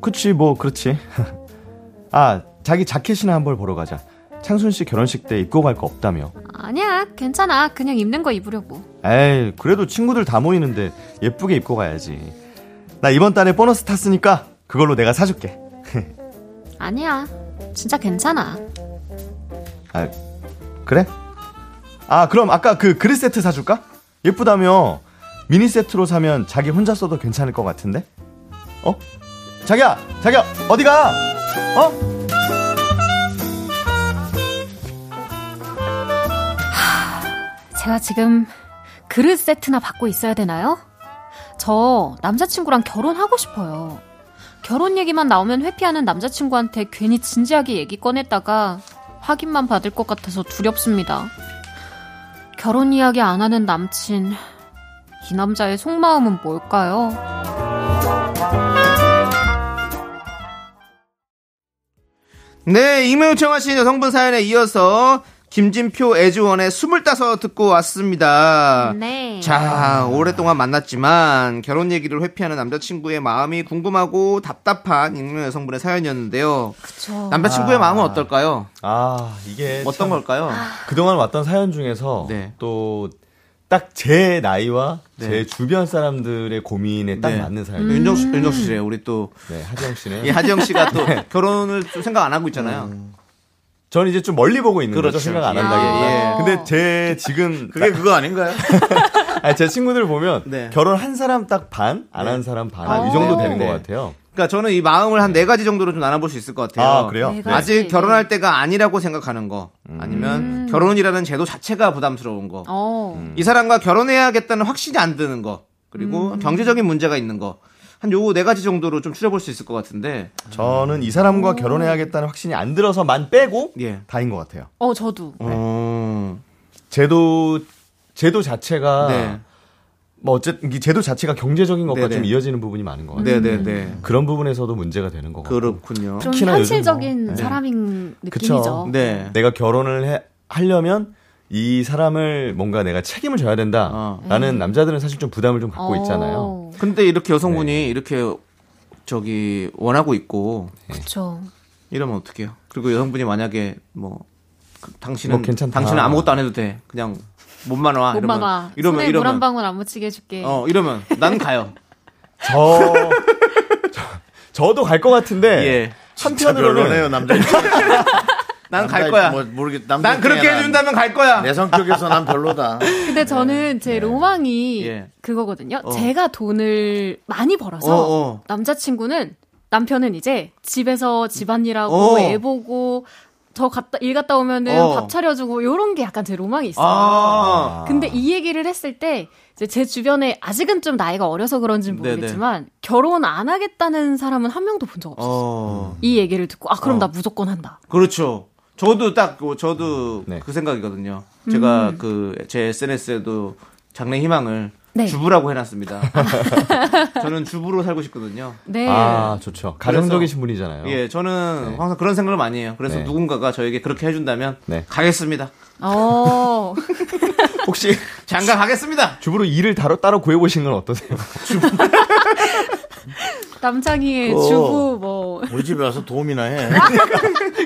Speaker 5: 그치 뭐 그렇지. 아 자기 자켓이나 한 벌 보러 가자. 창순 씨 결혼식 때 입고 갈 거 없다며.
Speaker 6: 아니야, 괜찮아. 그냥 입는 거 입으려고.
Speaker 5: 에이 그래도 친구들 다 모이는데 예쁘게 입고 가야지. 나 이번 달에 보너스 탔으니까 그걸로 내가 사줄게.
Speaker 6: 아니야, 진짜 괜찮아.
Speaker 5: 아 그래? 아 그럼 아까 그 그릇 세트 사줄까? 예쁘다며 미니 세트로 사면 자기 혼자 써도 괜찮을 것 같은데? 어? 자기야 자기야 어디가? 어?
Speaker 6: 제가 지금 그릇 세트나 받고 있어야 되나요? 저 남자친구랑 결혼하고 싶어요. 결혼 얘기만 나오면 회피하는 남자친구한테 괜히 진지하게 얘기 꺼냈다가 확인만 받을 것 같아서 두렵습니다. 결혼 이야기 안 하는 남친. 이 남자의 속마음은 뭘까요?
Speaker 2: 네, 익명 요청하신 여성분 사연에 이어서 김진표 애주원의 숨을 따서 듣고
Speaker 5: 아,
Speaker 2: 왔습니다.
Speaker 6: 네.
Speaker 2: 자, 오랫동안 만났지만 결혼 얘기를 회피하는 남자친구의 마음이 궁금하고 답답한 익명 여성분의 사연이었는데요.
Speaker 6: 그쵸.
Speaker 2: 남자친구의 마음은 어떨까요?
Speaker 5: 아 이게
Speaker 2: 어떤
Speaker 5: 참
Speaker 2: 걸까요?
Speaker 5: 그동안 왔던 사연 중에서
Speaker 2: 네.
Speaker 5: 또 딱 제 나이와
Speaker 2: 네.
Speaker 5: 제 주변 사람들의 고민에 딱
Speaker 2: 네.
Speaker 5: 맞는 사연.
Speaker 2: 또 윤정수, 윤정수 씨래요. 우리 또,
Speaker 5: 네, 하지영 씨는
Speaker 2: 이 하지영 씨가 또 결혼을 좀 생각 안 하고 있잖아요.
Speaker 5: 저는 이제 좀 멀리 보고 있는
Speaker 2: 그렇죠.
Speaker 5: 거죠. 생각 안
Speaker 2: 예, 그러니까
Speaker 5: 한다기보다.
Speaker 6: 예.
Speaker 5: 근데 제 지금
Speaker 1: 그게 그거 아닌가요?
Speaker 5: 아니, 제 친구들 보면
Speaker 2: 네.
Speaker 5: 결혼 한 사람 딱 반, 안 한 사람 반,
Speaker 2: 아,
Speaker 5: 이 정도 되는
Speaker 2: 네.
Speaker 5: 것 같아요.
Speaker 2: 그러니까 저는 이 마음을 한 네 가지 정도로 좀 나눠볼 수 있을 것 같아요.
Speaker 5: 아, 그래요?
Speaker 6: 네. 음.
Speaker 5: 네.
Speaker 2: 아직 결혼할 때가 아니라고 생각하는 거 아니면 결혼이라는 제도 자체가 부담스러운 거.
Speaker 6: 어.
Speaker 2: 이 사람과 결혼해야겠다는 확신이 안 드는 거. 그리고
Speaker 1: 음.
Speaker 2: 경제적인 문제가 있는 거. 한 요 네 가지 정도로 좀 추려볼 수 있을 것 같은데.
Speaker 5: 저는 이 사람과 결혼해야겠다는 확신이 안 들어서만 빼고
Speaker 2: 예.
Speaker 5: 다인 것 같아요.
Speaker 6: 어, 저도.
Speaker 5: 음.
Speaker 2: 어.
Speaker 5: 제도 제도 자체가
Speaker 1: 아.
Speaker 2: 네.
Speaker 5: 뭐 어쨌든 이 제도 자체가 경제적인 것과
Speaker 2: 네네.
Speaker 5: 좀 이어지는 부분이 많은 것 같아요.
Speaker 2: 네, 네, 네.
Speaker 5: 그런 부분에서도 문제가 되는 것 같아요.
Speaker 2: 그렇군요.
Speaker 6: 좀
Speaker 5: 특히나 요즘
Speaker 6: 현실적인
Speaker 5: 뭐, 네.
Speaker 6: 사람인
Speaker 5: 그쵸.
Speaker 6: 느낌이죠.
Speaker 2: 네.
Speaker 5: 내가 결혼을 해, 하려면 이 사람을 뭔가 내가 책임을 져야
Speaker 2: 어.
Speaker 5: 된다라는 남자들은 사실 좀 부담을 좀 갖고
Speaker 6: 어.
Speaker 5: 있잖아요.
Speaker 2: 근데 이렇게 여성분이 이렇게 저기 원하고 있고
Speaker 6: 네. 그쵸.
Speaker 2: 이러면 어떡해요? 그리고 여성분이 만약에 뭐 그- 당신은
Speaker 5: 뭐 괜찮다.
Speaker 2: 당신은 아무것도 안 해도 돼. 그냥 몸만
Speaker 5: 아,
Speaker 2: 와.
Speaker 6: 엄마가
Speaker 2: 이러면
Speaker 6: 손에 물
Speaker 2: 이러면
Speaker 6: 한 방울 안 묻히게 해줄게.
Speaker 2: 어, 이러면 난 가요.
Speaker 5: 저, 저, 도 갈 것 같은데
Speaker 2: 예.
Speaker 1: 별로네요
Speaker 5: 한편으로는
Speaker 1: 남자.
Speaker 2: 난 갈
Speaker 1: 남자
Speaker 2: 거야.
Speaker 1: 뭐 모르겠. 남자
Speaker 2: 난 그렇게
Speaker 1: 입장에 난- 네.
Speaker 2: 해준다면 갈 거야.
Speaker 1: 내 성격에서 난 별로다.
Speaker 6: 근데 저는 제 로망이
Speaker 2: 네. 예.
Speaker 6: 그거거든요.
Speaker 2: 어.
Speaker 6: 제가 돈을 많이 벌어서
Speaker 2: 어, 어.
Speaker 6: 남자친구는 남편은 이제 집에서 집안일하고
Speaker 2: 어.
Speaker 6: 애 보고 저 갔다 일 갔다 오면은
Speaker 2: 어.
Speaker 6: 밥 차려주고 요런 게 약간 제 로망이 있어요.
Speaker 2: 아.
Speaker 6: 근데 이 얘기를 했을 때, 이제 제 주변에 아직은 좀 나이가 어려서 그런지는
Speaker 2: 네네.
Speaker 6: 모르겠지만, 결혼 안 하겠다는 사람은 한 명도 본 적 없어요.
Speaker 2: 어.
Speaker 6: 이 얘기를 듣고, 아, 그럼
Speaker 2: 어.
Speaker 6: 나 무조건 한다.
Speaker 2: 그렇죠. 저도 딱, 그- 저도
Speaker 5: 네.
Speaker 2: 그 생각이거든요. 제가 그, 제 SNS에도 장래 희망을
Speaker 6: 네.
Speaker 2: 주부라고 해놨습니다. 저는 주부로 살고 싶거든요.
Speaker 6: 네.
Speaker 5: 아 좋죠.
Speaker 2: 그래서-
Speaker 5: 가정적이신 분이잖아요.
Speaker 2: 예, 저는
Speaker 5: 네.
Speaker 2: 항상 그런 생각을 많이 해요. 그래서
Speaker 5: 네.
Speaker 2: 누군가가 저에게 그렇게 해준다면,
Speaker 5: 네.
Speaker 2: 가겠습니다. 아.
Speaker 6: 어.
Speaker 5: 혹시
Speaker 2: 장가 가겠습니다!
Speaker 5: 주부로 일을 따로 따로 구해보신 건 어떠세요?
Speaker 6: 남창희의
Speaker 1: 어.
Speaker 6: 주부, 뭐,
Speaker 1: 우리 집에 와서 도움이나 해.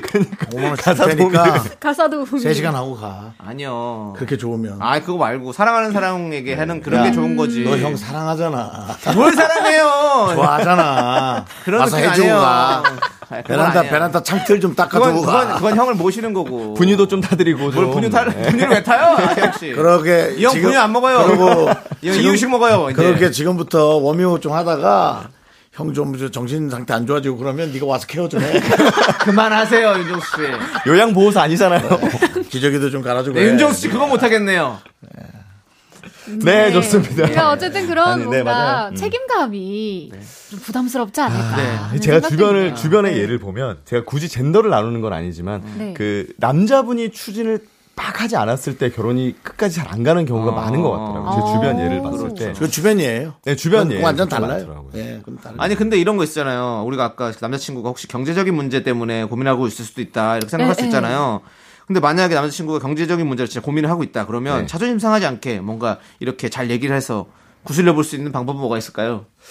Speaker 2: 그러니까.
Speaker 1: 5만 원씩
Speaker 5: 가사
Speaker 1: 줄 테니까
Speaker 6: 가사도.
Speaker 1: 3시간 하고 가.
Speaker 2: 아니요.
Speaker 1: 그렇게 좋으면.
Speaker 2: 아, 예. 그거 말고, 사랑하는 사람에게 하는 그런 게 좋은 거지.
Speaker 1: 너 형 사랑하잖아.
Speaker 2: 뭘 사랑해요!
Speaker 1: 좋아하잖아.
Speaker 2: 그런
Speaker 1: 와서
Speaker 2: 느낌
Speaker 1: 해주고
Speaker 2: 아니에요.
Speaker 1: 가.
Speaker 2: 아, 그건
Speaker 1: 베란다
Speaker 2: 아니에요.
Speaker 1: 베란다 창틀 좀
Speaker 2: 그건,
Speaker 1: 닦아두고
Speaker 2: 그건,
Speaker 1: 가.
Speaker 2: 그건 형을 모시는 거고.
Speaker 5: 분유도 좀 타드리고 좀.
Speaker 2: 뭘 분유 타,
Speaker 5: 네.
Speaker 2: 분유를 왜 타요? 아시영 씨.
Speaker 1: 그렇게
Speaker 2: 이형 분유 안 먹어요.
Speaker 1: 그리고
Speaker 2: 이 형 이유식 먹어요. 이제.
Speaker 1: 그렇게 지금부터 워밍업 좀 하다가 형 좀 정신 상태 안 좋아지고 그러면 네가 와서 케어 좀 해.
Speaker 2: 그만하세요, 윤정수 씨.
Speaker 5: 요양 보호사 아니잖아요.
Speaker 1: 기저귀도 좀 갈아주고.
Speaker 2: 네,
Speaker 1: 해.
Speaker 2: 윤정수 씨 그거 못 하겠네요.
Speaker 5: 네, 좋습니다.
Speaker 6: 그러니까 어쨌든 그런
Speaker 5: 아니,
Speaker 6: 뭔가
Speaker 5: 네, 맞아요. 음. 네. 아,
Speaker 6: 책임감이 좀 부담스럽지 않을까. 하는
Speaker 5: 제가
Speaker 6: 생각도
Speaker 5: 주변을
Speaker 6: 있네요.
Speaker 5: 주변의 예를 보면 제가 굳이 젠더를 나누는 건 아니지만
Speaker 6: 네.
Speaker 5: 그 남자분이 추진을 막 하지 않았을 때 결혼이 끝까지 잘 안 가는 경우가
Speaker 2: 아.
Speaker 5: 많은 것 같더라고요. 제
Speaker 6: 어.
Speaker 5: 주변 예를 봤을 때.
Speaker 6: 그렇죠.
Speaker 1: 그 주변이에요.
Speaker 5: 네, 주변
Speaker 1: 그건
Speaker 5: 예.
Speaker 1: 완전
Speaker 5: 좀
Speaker 1: 달라요.
Speaker 5: 많더라고요.
Speaker 1: 예, 그건 다른
Speaker 2: 아니 근데 이런 거 있잖아요. 우리가 아까 남자친구가 혹시 경제적인 문제 때문에 고민하고 있을 수도 있다 이렇게 생각할
Speaker 6: 네,
Speaker 2: 수 있잖아요. 근데 만약에 남자친구가 경제적인 문제를 진짜 고민을 하고 있다 그러면
Speaker 5: 네.
Speaker 2: 자존심 상하지 않게 뭔가 이렇게 잘 얘기를 해서 구슬려 볼 수 있는 방법은 뭐가 있을까요?
Speaker 6: 음.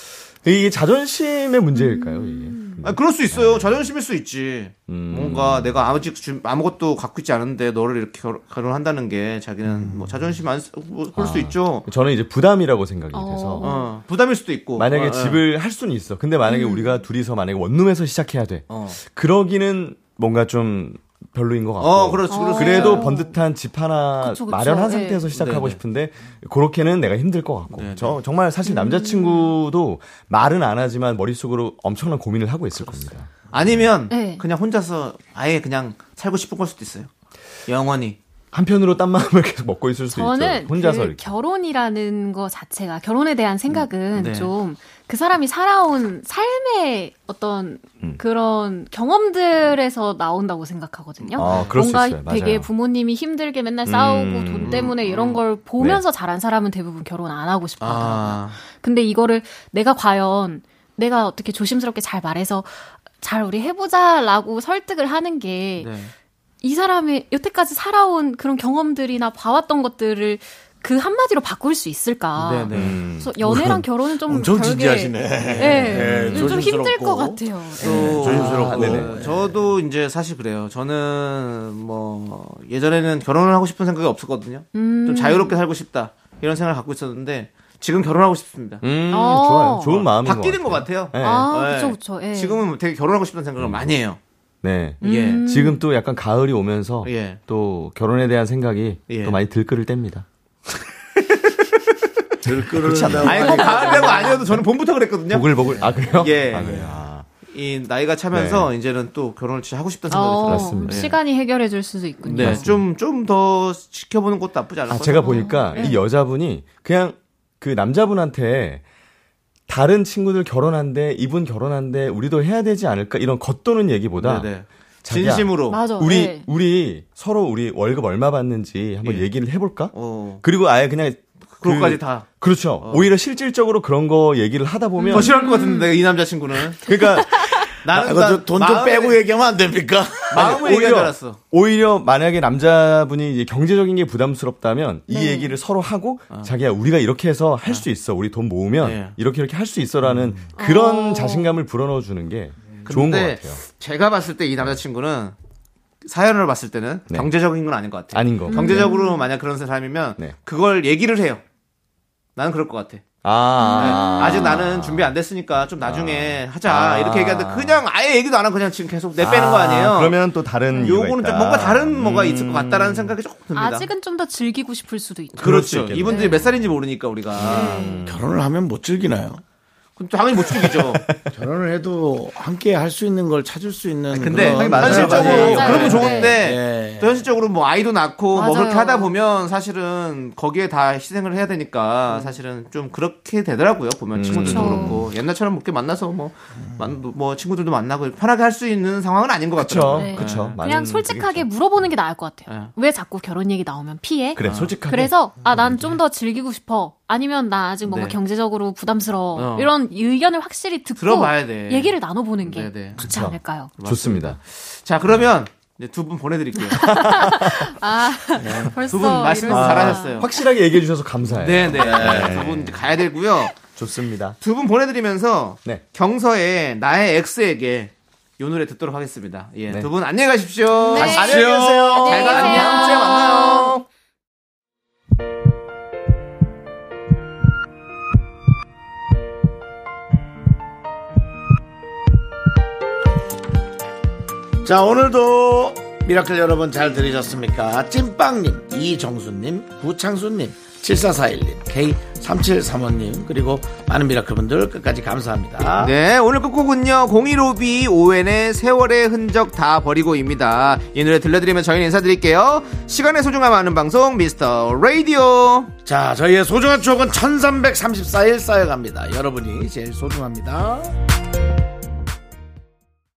Speaker 5: 이게 자존심의 문제일까요, 이게?
Speaker 2: 아, 그럴 수 있어요. 자존심일 수 있지. 뭔가 내가 아직 주- 아무것도 갖고 있지 않은데 너를 이렇게 결- 결혼한다는 게 자기는
Speaker 1: 음.
Speaker 2: 뭐 자존심 안, 쓰- 뭐
Speaker 1: 아.
Speaker 2: 그럴 수 있죠.
Speaker 5: 저는 이제 부담이라고 생각이
Speaker 6: 어.
Speaker 5: 돼서
Speaker 2: 어, 부담일 수도 있고.
Speaker 5: 만약에
Speaker 2: 어, 어.
Speaker 5: 집을 할 수는 있어. 근데
Speaker 6: 음.
Speaker 5: 만약에 우리가 둘이서 만약에 원룸에서 시작해야 돼.
Speaker 2: 어.
Speaker 5: 그러기는 뭔가 좀 별로인 것 같고.
Speaker 2: 어, 그렇지, 그렇지.
Speaker 5: 그래도 번듯한 집 하나
Speaker 6: 그쵸, 그쵸.
Speaker 5: 마련한
Speaker 6: 네.
Speaker 5: 상태에서 시작하고
Speaker 2: 네네.
Speaker 5: 싶은데 그렇게는 내가 힘들 것 같고
Speaker 2: 네네.
Speaker 5: 저 정말
Speaker 6: 음.
Speaker 5: 사실 남자친구도 말은 안 하지만 머릿속으로 엄청난 고민을 하고 있을 겁니다.
Speaker 2: 아니면
Speaker 6: 네.
Speaker 2: 그냥 혼자서 아예 그냥 살고 싶은 걸 수도 있어요. 영원히.
Speaker 5: 한편으로 딴 마음을 계속 먹고 있을 수도
Speaker 6: 저는
Speaker 5: 있죠. 혼자서
Speaker 6: 그
Speaker 5: 이렇게.
Speaker 6: 결혼이라는 거 자체가 결혼에 대한 생각은
Speaker 2: 네.
Speaker 6: 좀 그 사람이 살아온 삶의 어떤
Speaker 5: 음.
Speaker 6: 그런 경험들에서 나온다고 생각하거든요.
Speaker 5: 아, 그럴 수
Speaker 6: 뭔가
Speaker 5: 있어요. 맞아요.
Speaker 6: 되게 부모님이 힘들게 맨날 싸우고
Speaker 5: 음. 네.
Speaker 6: 돈 때문에 이런 걸 보면서 자란 사람은 대부분 결혼 안 하고 싶어 하더라고요.
Speaker 2: 아,
Speaker 6: 근데 이거를 내가 과연 내가 어떻게 조심스럽게 잘 말해서 잘 우리 해보자라고 설득을 하는 게
Speaker 2: 네.
Speaker 6: 이 사람의 여태까지 살아온 그런 경험들이나 봐왔던 것들을 그 한마디로 바꿀 수 있을까? 음.
Speaker 2: 네네.
Speaker 6: 그래서 연애랑 결혼은 좀
Speaker 1: 엄청
Speaker 6: 별개-
Speaker 1: 진지하시네. 네,
Speaker 6: 네, 좀 힘들
Speaker 1: 조심스럽고.
Speaker 6: 것 같아요.
Speaker 2: 또
Speaker 1: 조심스럽고.
Speaker 2: 아, 네네. 저도 이제 사실 그래요. 저는 뭐 예전에는 결혼을 하고 싶은 생각이 없었거든요.
Speaker 6: 음.
Speaker 2: 좀 자유롭게 살고 싶다 이런 생각을 갖고 있었는데 지금 결혼하고 싶습니다.
Speaker 5: 음,
Speaker 6: 어.
Speaker 5: 좋아요. 좋은 마음인 것
Speaker 2: 바뀌는 것 같아요.
Speaker 5: 네.
Speaker 6: 아,
Speaker 2: 네.
Speaker 6: 그쵸, 그쵸. 예. 음.
Speaker 2: 지금은 되게 결혼하고 싶은 생각을 많이 해요.
Speaker 5: 네.
Speaker 2: 예.
Speaker 5: 지금 또 약간 가을이 오면서
Speaker 2: 예.
Speaker 5: 또 결혼에 대한 생각이
Speaker 2: 예.
Speaker 5: 또 많이 들끓을 때입니다.
Speaker 1: 들끓는다고
Speaker 2: 아니 뭐 가을이라고 아니어도 저는 봄부터 그랬거든요.
Speaker 5: 보글보글. 아 그래요?
Speaker 2: 예.
Speaker 5: 아, 그래요? 아.
Speaker 2: 이 나이가 차면서 이제는 또 결혼을 진짜 하고 싶다는 생각이
Speaker 6: 어,
Speaker 2: 들었어요. 예.
Speaker 5: 그렇습니다.
Speaker 6: 시간이 해결해 줄 수도 있군요.
Speaker 2: 네, 좀 좀 더 지켜보는 것도 나쁘지 않을
Speaker 5: 아,
Speaker 2: 것 같아요. 어. 네.
Speaker 5: 제가 보니까 이 여자분이 그냥 그 남자분한테 다른 친구들 결혼한데 이분 결혼한데 우리도 해야 되지 않을까 이런 겉도는 얘기보다
Speaker 2: 네네.
Speaker 5: 자기야.
Speaker 2: 진심으로
Speaker 6: 맞아.
Speaker 5: 우리
Speaker 6: 예.
Speaker 5: 우리 서로 우리 월급 얼마 받는지 한번
Speaker 2: 예.
Speaker 5: 얘기를 해볼까?
Speaker 2: 어,
Speaker 5: 그리고 아예 그냥
Speaker 2: 그것까지
Speaker 5: 그-
Speaker 2: 다. 어.
Speaker 5: 그렇죠. 오히려 실질적으로 그런 거 얘기를 하다 보면
Speaker 2: 더 싫어할 것 같은데 내가 이 남자친구는
Speaker 5: 그러니까
Speaker 2: 나는
Speaker 1: 돈좀
Speaker 2: 마음에-
Speaker 1: 빼고 얘기하면 안 됩니까?
Speaker 2: 마음을 얘기한 줄 알았어.
Speaker 5: 오히려 만약에 남자분이 이제 경제적인 게 부담스럽다면
Speaker 2: 네.
Speaker 5: 이 얘기를 서로 하고
Speaker 2: 아.
Speaker 5: 자기야 우리가 이렇게 해서 할 수 있어 우리 돈 모으면
Speaker 2: 예.
Speaker 5: 이렇게 이렇게 할 수 있어라는 그런
Speaker 6: 어.
Speaker 5: 자신감을 불어넣어 주는 게 좋은 것
Speaker 2: 음. 근데
Speaker 5: 같아요.
Speaker 2: 제가 봤을 때 이 남자친구는 사연을 봤을 때는
Speaker 5: 네.
Speaker 2: 경제적인 건 아닌 것 같아요.
Speaker 5: 아닌 거.
Speaker 2: 경제적으로 만약 그런 사람이면
Speaker 5: 네.
Speaker 2: 그걸 얘기를 해요. 나는 그럴 것 같아.
Speaker 5: 아,
Speaker 2: 아. 직 나는 준비 안 됐으니까 좀 나중에 하자
Speaker 5: 아.
Speaker 2: 이렇게 얘기하는데 그냥 아예 얘기도 안 하고 그냥 지금 계속 내 빼는
Speaker 5: 아,
Speaker 2: 거 아니에요.
Speaker 5: 그러면 또 다른 음, 이유가
Speaker 2: 요거는 좀
Speaker 5: 있다. 음.
Speaker 2: 뭔가 다른 뭐가 있을 것 같다라는 생각이 조금 듭니다.
Speaker 6: 아직은 좀 더 즐기고 싶을 수도 있죠. 예.
Speaker 5: 수
Speaker 2: 그렇죠.
Speaker 5: 있겠네.
Speaker 2: 이분들이 몇 살인지 모르니까 우리가
Speaker 6: 네.
Speaker 1: 결혼을 하면 못 즐기나요?
Speaker 2: 그럼 당연히 못 죽이죠.
Speaker 1: 결혼을 해도 함께 할 수 있는 걸 찾을 수
Speaker 5: 음,
Speaker 1: 있는
Speaker 2: 근데
Speaker 1: 그런
Speaker 2: 현실적으로
Speaker 1: 여러 가지
Speaker 2: 그러면
Speaker 6: 맞아요. 네.
Speaker 2: 좋은데
Speaker 5: 네.
Speaker 1: 예.
Speaker 2: 또 현실적으로 뭐 아이도 낳고 뭐
Speaker 6: 맞아요.
Speaker 2: 그렇게 하다 보면 사실은 거기에 다 희생을 해야 되니까 사실은 좀 그렇게 되더라고요
Speaker 5: 음.
Speaker 2: 보면 친구들도
Speaker 6: 음. 그쵸.
Speaker 2: 그렇고 옛날처럼 그렇게 만나서 뭐, 만, 뭐 친구들도 만나고 편하게 할 수 있는 상황은 아닌 것
Speaker 5: 그렇죠.
Speaker 2: 같아요.
Speaker 6: 네.
Speaker 5: 그렇죠.
Speaker 6: 그냥
Speaker 5: 많은
Speaker 6: 솔직하게
Speaker 5: 얘기죠.
Speaker 6: 물어보는 게 나을 것 같아요.
Speaker 2: 네.
Speaker 6: 왜 자꾸 결혼 얘기 나오면 피해?
Speaker 5: 그래 솔직하게
Speaker 6: 그래서 아 난 좀 더 즐기고 싶어 아니면 나 아직 뭔가
Speaker 2: 네.
Speaker 6: 경제적으로 부담스러워
Speaker 2: 어.
Speaker 6: 이런 의견을 확실히 듣고
Speaker 2: 들어봐야 돼.
Speaker 6: 얘기를 나눠보는 게
Speaker 2: 네, 네.
Speaker 6: 좋지
Speaker 5: 그쵸.
Speaker 6: 않을까요?
Speaker 5: 좋습니다.
Speaker 2: 자 그러면 두 분 보내드릴게요.
Speaker 6: 아 벌써
Speaker 2: 두 분 말씀
Speaker 6: 이럴
Speaker 2: 너무
Speaker 6: 수가.
Speaker 2: 잘하셨어요.
Speaker 5: 확실하게 얘기해 주셔서 감사해요.
Speaker 2: 네네 두 분 이제 가야 되고요.
Speaker 5: 좋습니다.
Speaker 2: 두 분 보내드리면서
Speaker 5: 네.
Speaker 2: 경서의 나의 엑스에게 요 노래 듣도록 하겠습니다. 예,
Speaker 5: 네.
Speaker 2: 두 분 안녕히 가십시오.
Speaker 6: 네.
Speaker 1: 안녕히 계세요.
Speaker 2: 잘 가.
Speaker 6: 안녕히
Speaker 2: 다음 주에
Speaker 6: 계세요.
Speaker 2: 만나요.
Speaker 1: 자 오늘도 미라클 여러분 잘 들으셨습니까? 찐빵님, 이정수님, 구창수님, 7441님, K3735님 그리고 많은 미라클 분들 끝까지
Speaker 5: 아.
Speaker 1: 감사합니다.
Speaker 2: 네, 오늘 끝곡은요. 015B ON의 세월의 흔적 다 버리고입니다. 이 노래 들려드리면 저희는 인사드릴게요. 시간의 소중함 아는 방송 미스터 라디오.
Speaker 1: 자 저희의 소중한 추억은 1334일 쌓여갑니다. 여러분이 제일 소중합니다.